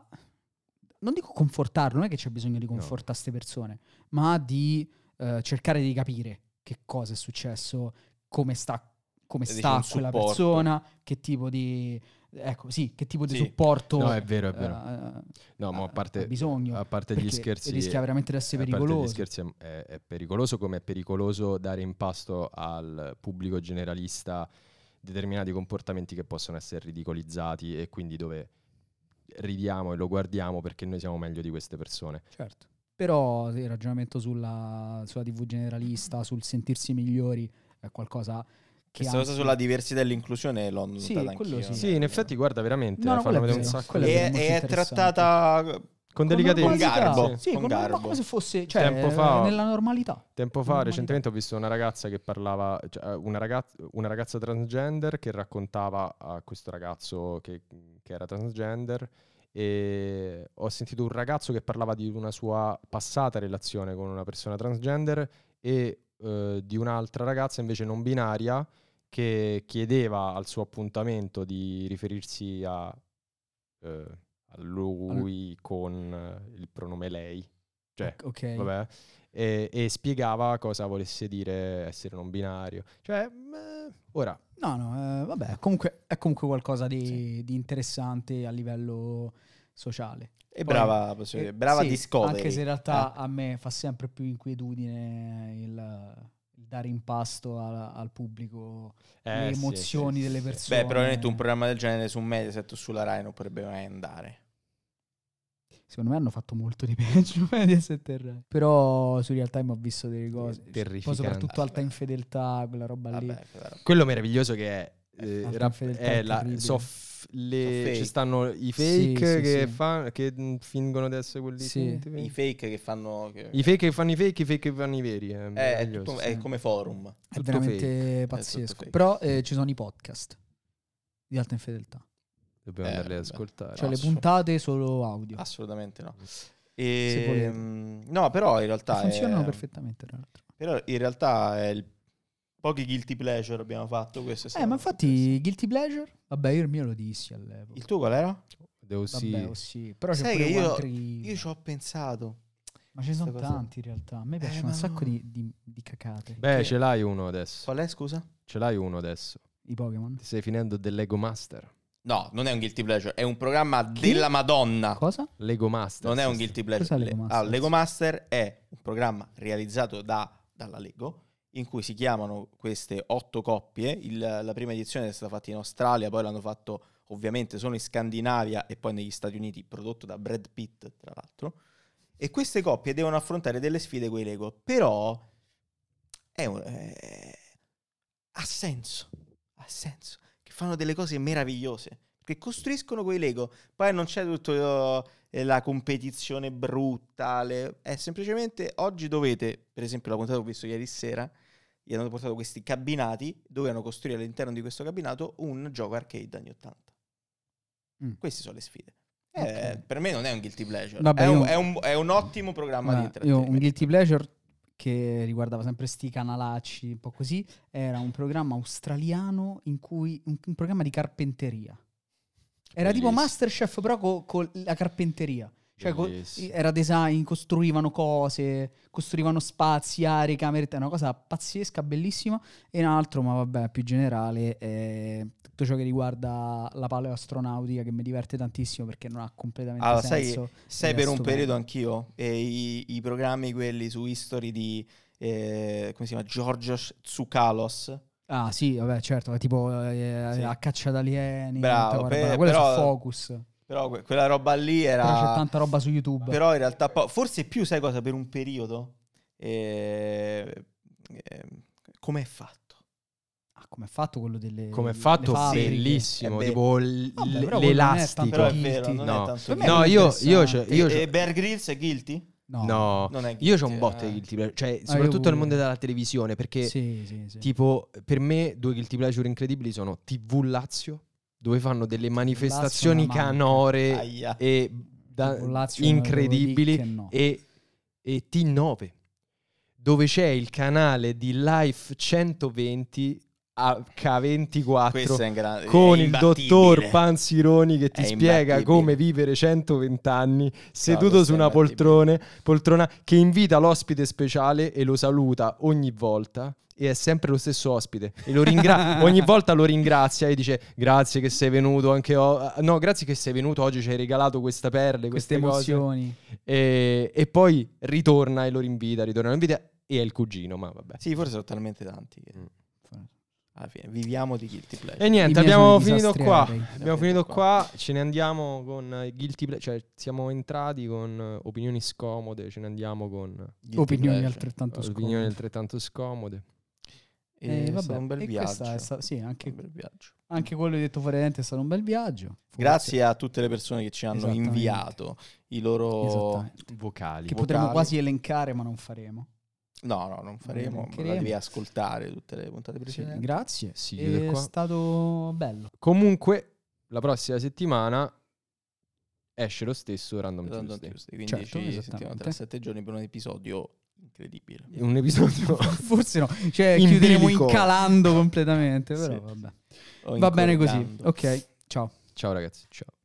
[SPEAKER 3] non dico confortarlo, non è che c'è bisogno di confortare queste persone, ma di eh, cercare di capire che cosa è successo, come sta, come
[SPEAKER 2] Eh,
[SPEAKER 1] Dici,
[SPEAKER 3] sta
[SPEAKER 2] diciamo,
[SPEAKER 1] un
[SPEAKER 3] quella
[SPEAKER 1] supporto.
[SPEAKER 3] persona, che tipo di ecco, sì, che tipo di
[SPEAKER 1] Sì.
[SPEAKER 3] supporto
[SPEAKER 2] No, è vero, è vero.
[SPEAKER 3] eh,
[SPEAKER 2] No, ma
[SPEAKER 3] ha-
[SPEAKER 2] a parte,
[SPEAKER 3] ha bisogno,
[SPEAKER 2] a parte
[SPEAKER 3] perché
[SPEAKER 2] gli scherzi.
[SPEAKER 3] rischia veramente di essere
[SPEAKER 2] a parte gli
[SPEAKER 3] pericoloso.
[SPEAKER 2] scherzi è, è- è pericoloso come è pericoloso dare in pasto al pubblico generalista determinati comportamenti che possono essere ridicolizzati e quindi dove ridiamo e lo guardiamo perché noi siamo meglio di queste persone.
[SPEAKER 3] Certo. Però il ragionamento sulla, sulla TV generalista, sul sentirsi migliori è qualcosa che
[SPEAKER 1] Questa cosa
[SPEAKER 3] anzi-
[SPEAKER 1] sulla diversità e l'inclusione l'ho notata
[SPEAKER 3] Sì, quello
[SPEAKER 1] anch'io.
[SPEAKER 3] sì.
[SPEAKER 2] Sì, in effetti guarda veramente,
[SPEAKER 3] No, no,
[SPEAKER 2] fanno
[SPEAKER 3] quello è
[SPEAKER 2] vedere un
[SPEAKER 3] vero,
[SPEAKER 2] sacco
[SPEAKER 3] quello
[SPEAKER 2] di
[SPEAKER 3] è
[SPEAKER 1] E
[SPEAKER 3] molto
[SPEAKER 1] è
[SPEAKER 3] interessante.
[SPEAKER 1] trattata
[SPEAKER 2] con
[SPEAKER 3] Con
[SPEAKER 2] delicatezza.
[SPEAKER 1] normalità.
[SPEAKER 2] Sì,
[SPEAKER 1] garbo.
[SPEAKER 3] Sì,
[SPEAKER 1] con
[SPEAKER 3] con garbo.
[SPEAKER 1] garbo.
[SPEAKER 3] come se fosse cioè,
[SPEAKER 2] Tempo fa-
[SPEAKER 3] nella normalità.
[SPEAKER 2] Tempo fa,
[SPEAKER 3] Normalità.
[SPEAKER 2] recentemente ho visto una ragazza che parlava, cioè, eh, una, ragaz- una ragazza transgender che raccontava a questo ragazzo che, che era transgender e ho sentito un ragazzo che parlava di una sua passata relazione con una persona transgender e eh, di un'altra ragazza invece non binaria che chiedeva al suo appuntamento di riferirsi a, eh, a lui con eh, il pronome lei. Cioè,
[SPEAKER 3] ok.
[SPEAKER 2] vabbè, e, e spiegava cosa volesse dire essere non binario. Cioè, mh, Ora,
[SPEAKER 3] No, no, eh, vabbè, comunque, è comunque qualcosa di, di interessante a livello sociale.
[SPEAKER 1] E
[SPEAKER 3] Poi-
[SPEAKER 1] brava, posso dire,
[SPEAKER 3] Eh,
[SPEAKER 1] brava
[SPEAKER 3] sì,
[SPEAKER 1] Discovery. Eh.
[SPEAKER 3] Anche se in realtà a me fa sempre più inquietudine il, il dare in pasto al, al pubblico le
[SPEAKER 2] eh, sì,
[SPEAKER 3] emozioni
[SPEAKER 2] sì,
[SPEAKER 3] delle
[SPEAKER 2] sì.
[SPEAKER 3] persone.
[SPEAKER 1] Beh, probabilmente
[SPEAKER 3] eh.
[SPEAKER 1] un programma del genere su Mediaset o sulla Rai non potrebbe mai andare.
[SPEAKER 3] Secondo me hanno fatto molto di peggio Mediaset e Rai. Però su Real Time ho visto delle cose. Poi
[SPEAKER 2] Terrificanti.
[SPEAKER 3] soprattutto Alta Infedeltà, quella roba lì.
[SPEAKER 1] Vabbè, però.
[SPEAKER 2] Quello meraviglioso che è. eh,
[SPEAKER 3] Alta
[SPEAKER 2] rap-
[SPEAKER 3] infedeltà
[SPEAKER 2] è la-
[SPEAKER 3] terribile.
[SPEAKER 2] so f- le-
[SPEAKER 1] So fake.
[SPEAKER 2] ci stanno i
[SPEAKER 3] Sì,
[SPEAKER 2] fake
[SPEAKER 3] sì,
[SPEAKER 2] che,
[SPEAKER 3] sì.
[SPEAKER 2] fa- che mm, fingono di essere quelli
[SPEAKER 3] Sì.
[SPEAKER 2] finti,
[SPEAKER 1] I
[SPEAKER 2] veri.
[SPEAKER 1] fake che fanno... che-
[SPEAKER 2] I fake che fanno i fake, i fake che fanno i veri. È
[SPEAKER 1] Eh, è,
[SPEAKER 2] meraviglioso.
[SPEAKER 1] tutto- è
[SPEAKER 3] sì.
[SPEAKER 1] come forum.
[SPEAKER 3] È
[SPEAKER 2] tutto
[SPEAKER 3] veramente
[SPEAKER 1] È tutto
[SPEAKER 3] pazzesco.
[SPEAKER 1] fake.
[SPEAKER 3] Però eh, ci sono i podcast di Alta Infedeltà.
[SPEAKER 2] Dobbiamo
[SPEAKER 1] Eh,
[SPEAKER 2] andarli ad
[SPEAKER 1] vabbè.
[SPEAKER 2] ascoltare.
[SPEAKER 3] Cioè le
[SPEAKER 1] assu-
[SPEAKER 3] puntate solo audio.
[SPEAKER 1] Ah, Assolutamente no.
[SPEAKER 3] Se
[SPEAKER 1] E,
[SPEAKER 3] volete.
[SPEAKER 1] mm, no, però in realtà... è-
[SPEAKER 3] funzionano perfettamente, tra l'altro.
[SPEAKER 1] Però in realtà è il- pochi guilty pleasure abbiamo fatto. Questo è
[SPEAKER 3] Eh,
[SPEAKER 1] stato
[SPEAKER 3] ma
[SPEAKER 1] molto
[SPEAKER 3] infatti Guilty Pleasure, vabbè, io il mio lo dissi
[SPEAKER 1] interessante.
[SPEAKER 3] all'epoca.
[SPEAKER 1] Il tuo qual era?
[SPEAKER 2] Devo sì.
[SPEAKER 3] Vabbè, oh sì, però c'è
[SPEAKER 1] Sai
[SPEAKER 3] pure
[SPEAKER 1] che io-
[SPEAKER 3] altri...
[SPEAKER 1] Io ci ho pensato.
[SPEAKER 3] Ma ce ne sono
[SPEAKER 1] questa cosa- Eh,
[SPEAKER 3] tanti in realtà. A me piacciono
[SPEAKER 1] ma
[SPEAKER 3] un sacco
[SPEAKER 1] no.
[SPEAKER 3] di, di- di cacate.
[SPEAKER 2] Beh,
[SPEAKER 1] che-
[SPEAKER 2] ce l'hai uno adesso.
[SPEAKER 1] Qual è, scusa?
[SPEAKER 2] Ce l'hai uno adesso.
[SPEAKER 3] I Pokémon.
[SPEAKER 2] Ti stai finendo del Lego Master.
[SPEAKER 1] No, non è un guilty pleasure, è un programma della Madonna.
[SPEAKER 3] Cosa?
[SPEAKER 2] Lego Master.
[SPEAKER 1] Non è un
[SPEAKER 2] sì,
[SPEAKER 1] guilty pleasure.
[SPEAKER 3] Cos'è Lego
[SPEAKER 1] Le-
[SPEAKER 3] Masters?
[SPEAKER 1] ah, Lego Master è un programma realizzato da- dalla Lego in cui si chiamano queste otto coppie. Il- la prima edizione è stata fatta in Australia, poi l'hanno fatto ovviamente solo in Scandinavia e poi negli Stati Uniti, prodotto da Brad Pitt, tra l'altro. E queste coppie devono affrontare delle sfide con i Lego, però è un- è- ha senso, ha senso, che fanno delle cose meravigliose, che costruiscono quei Lego, poi non c'è tutto eh, la competizione brutta, le- è semplicemente oggi dovete, per esempio la puntata che ho visto ieri sera, gli hanno portato questi cabinati, dovevano costruire all'interno di questo cabinato un gioco arcade anni 80.
[SPEAKER 3] Mm.
[SPEAKER 1] Queste sono le sfide. Eh,
[SPEAKER 3] Ok.
[SPEAKER 1] Per me non è un guilty pleasure,
[SPEAKER 3] Vabbè,
[SPEAKER 1] è, un,
[SPEAKER 3] io-
[SPEAKER 1] è un- è un ottimo programma di
[SPEAKER 3] Guarda, io
[SPEAKER 1] intrattenimento.
[SPEAKER 3] un Guilty Pleasure che riguardava sempre sti canalacci, un po' così, era un programma australiano in cui... un, un programma di carpenteria. Era tipo
[SPEAKER 2] Bellissimo.
[SPEAKER 3] Masterchef però con la carpenteria. Cioè, co-
[SPEAKER 2] Bellissimo.
[SPEAKER 3] era design, costruivano cose, costruivano spazi, aree, camere, è una cosa pazzesca, bellissima. E un altro, ma vabbè, più generale, è tutto ciò che riguarda la paleoastronautica che mi diverte tantissimo perché non ha completamente
[SPEAKER 1] Ah, sai
[SPEAKER 3] senso.
[SPEAKER 1] Sai
[SPEAKER 3] Ed è
[SPEAKER 1] per un
[SPEAKER 3] stupendo.
[SPEAKER 1] periodo anch'io e i, i programmi quelli su History di eh, come si chiama Georgios Tsoukalos
[SPEAKER 3] Ah, sì, vabbè, certo, tipo eh,
[SPEAKER 1] Sì.
[SPEAKER 3] la caccia ad alieni,
[SPEAKER 1] Bravo,
[SPEAKER 3] tutta quella roba
[SPEAKER 1] per-
[SPEAKER 3] là. Quello
[SPEAKER 1] però-
[SPEAKER 3] su Focus.
[SPEAKER 1] però que- quella roba lì era
[SPEAKER 3] Però c'è tanta roba su YouTube.
[SPEAKER 1] Però in realtà po- forse più sai cosa per un periodo eh, eh, come è fatto
[SPEAKER 3] Ah, come è fatto quello delle
[SPEAKER 2] Come è
[SPEAKER 3] le
[SPEAKER 2] fatto,
[SPEAKER 3] fabbriche.
[SPEAKER 2] bellissimo.
[SPEAKER 1] Eh beh.
[SPEAKER 2] tipo l-
[SPEAKER 3] Vabbè,
[SPEAKER 2] l-
[SPEAKER 3] però quello non è tanto
[SPEAKER 1] però
[SPEAKER 2] l'elastico.
[SPEAKER 1] è vero non
[SPEAKER 2] No.
[SPEAKER 1] è tanto
[SPEAKER 3] Per me
[SPEAKER 1] guilty.
[SPEAKER 2] No,
[SPEAKER 3] è
[SPEAKER 2] io, io,
[SPEAKER 3] interessante. Eh,
[SPEAKER 2] c'ho- io
[SPEAKER 1] e,
[SPEAKER 2] c'ho-
[SPEAKER 1] e Bear Grylls è guilty?
[SPEAKER 3] No.
[SPEAKER 2] no.
[SPEAKER 1] non è guilty
[SPEAKER 2] Io ho un botto
[SPEAKER 1] eh.
[SPEAKER 2] di guilty pleasure, cioè
[SPEAKER 3] Ah,
[SPEAKER 2] soprattutto
[SPEAKER 3] io-
[SPEAKER 2] nel mondo della televisione, perché
[SPEAKER 3] Sì, sì, sì.
[SPEAKER 2] tipo per me due guilty pleasure incredibili sono TV Lazio, dove fanno delle manifestazioni
[SPEAKER 3] Lazio è una manca.
[SPEAKER 2] canore
[SPEAKER 1] Aia.
[SPEAKER 2] e da-
[SPEAKER 3] Con Lazio non avevo
[SPEAKER 2] incredibili
[SPEAKER 3] dì che no.
[SPEAKER 2] e, e T9, dove c'è il canale di Life 120 H24
[SPEAKER 1] questo è un grande
[SPEAKER 2] con
[SPEAKER 1] è
[SPEAKER 2] il
[SPEAKER 1] imbattibile.
[SPEAKER 2] dottor Panzironi che ti
[SPEAKER 1] È
[SPEAKER 2] spiega
[SPEAKER 1] imbattibile.
[SPEAKER 2] come vivere 120 anni seduto
[SPEAKER 1] questo
[SPEAKER 2] su
[SPEAKER 1] è
[SPEAKER 2] una
[SPEAKER 1] imbattibile.
[SPEAKER 2] poltrone- poltrona che invita l'ospite speciale e lo saluta ogni volta e è sempre lo stesso ospite e lo ringra- ogni volta lo ringrazia e dice grazie che sei venuto anche o- no grazie che sei venuto oggi ci hai regalato questa perle
[SPEAKER 3] queste
[SPEAKER 2] queste, cose
[SPEAKER 3] emozioni.
[SPEAKER 2] e, e poi ritorna e lo rinvita ritorna e lo invita e è il cugino ma vabbè
[SPEAKER 1] sì forse sono talmente tanti
[SPEAKER 2] Mm.
[SPEAKER 1] che alla fine viviamo di guilty pleasure
[SPEAKER 2] E niente,
[SPEAKER 3] I miei sono
[SPEAKER 2] abbiamo
[SPEAKER 3] i
[SPEAKER 2] finito
[SPEAKER 3] disastri
[SPEAKER 2] qua.
[SPEAKER 3] aerei.
[SPEAKER 2] Abbiamo finito qua, ce ne andiamo con eh, guilty ple- cioè siamo entrati con eh, opinioni scomode, ce ne andiamo con eh,
[SPEAKER 1] Guilty
[SPEAKER 3] Opinioni
[SPEAKER 1] pleasure.
[SPEAKER 3] altrettanto
[SPEAKER 2] opinioni
[SPEAKER 3] scomode.
[SPEAKER 2] altrettanto scomode.
[SPEAKER 1] E
[SPEAKER 3] Eh,
[SPEAKER 1] è
[SPEAKER 3] vabbè,
[SPEAKER 1] stato un bel
[SPEAKER 3] e
[SPEAKER 1] viaggio.
[SPEAKER 3] questa è sta- sì, anche-
[SPEAKER 1] Un bel viaggio.
[SPEAKER 3] Anche quello che hai detto fuori dente è stato un bel viaggio. Forse.
[SPEAKER 1] Grazie a tutte le persone che ci hanno
[SPEAKER 3] Esattamente.
[SPEAKER 1] inviato i loro...
[SPEAKER 3] Esattamente.
[SPEAKER 2] Vocali.
[SPEAKER 1] vocali.
[SPEAKER 3] Che potremmo quasi elencare, ma non faremo.
[SPEAKER 1] No, no, non faremo, ma
[SPEAKER 3] elencheremo.
[SPEAKER 1] la devi ascoltare tutte le puntate
[SPEAKER 3] Sì,
[SPEAKER 1] precedenti.
[SPEAKER 3] grazie.
[SPEAKER 2] Si chiude
[SPEAKER 3] è
[SPEAKER 2] qua.
[SPEAKER 3] stato bello.
[SPEAKER 2] Comunque la prossima settimana esce lo stesso Random,
[SPEAKER 1] Random
[SPEAKER 2] Tuesday.
[SPEAKER 1] Tuesday, quindi
[SPEAKER 3] Certo,
[SPEAKER 1] ci sentiamo
[SPEAKER 3] esattamente.
[SPEAKER 1] tra sette giorni per un episodio incredibile.
[SPEAKER 2] Un episodio
[SPEAKER 3] Forse no. Cioè,
[SPEAKER 2] In
[SPEAKER 3] chiuderemo
[SPEAKER 2] bilico.
[SPEAKER 3] incalando completamente.
[SPEAKER 1] Sì.
[SPEAKER 3] Però vabbè.
[SPEAKER 1] O
[SPEAKER 3] Va bene così.
[SPEAKER 1] incornando.
[SPEAKER 3] Ok, ciao.
[SPEAKER 2] Ciao ragazzi, ciao.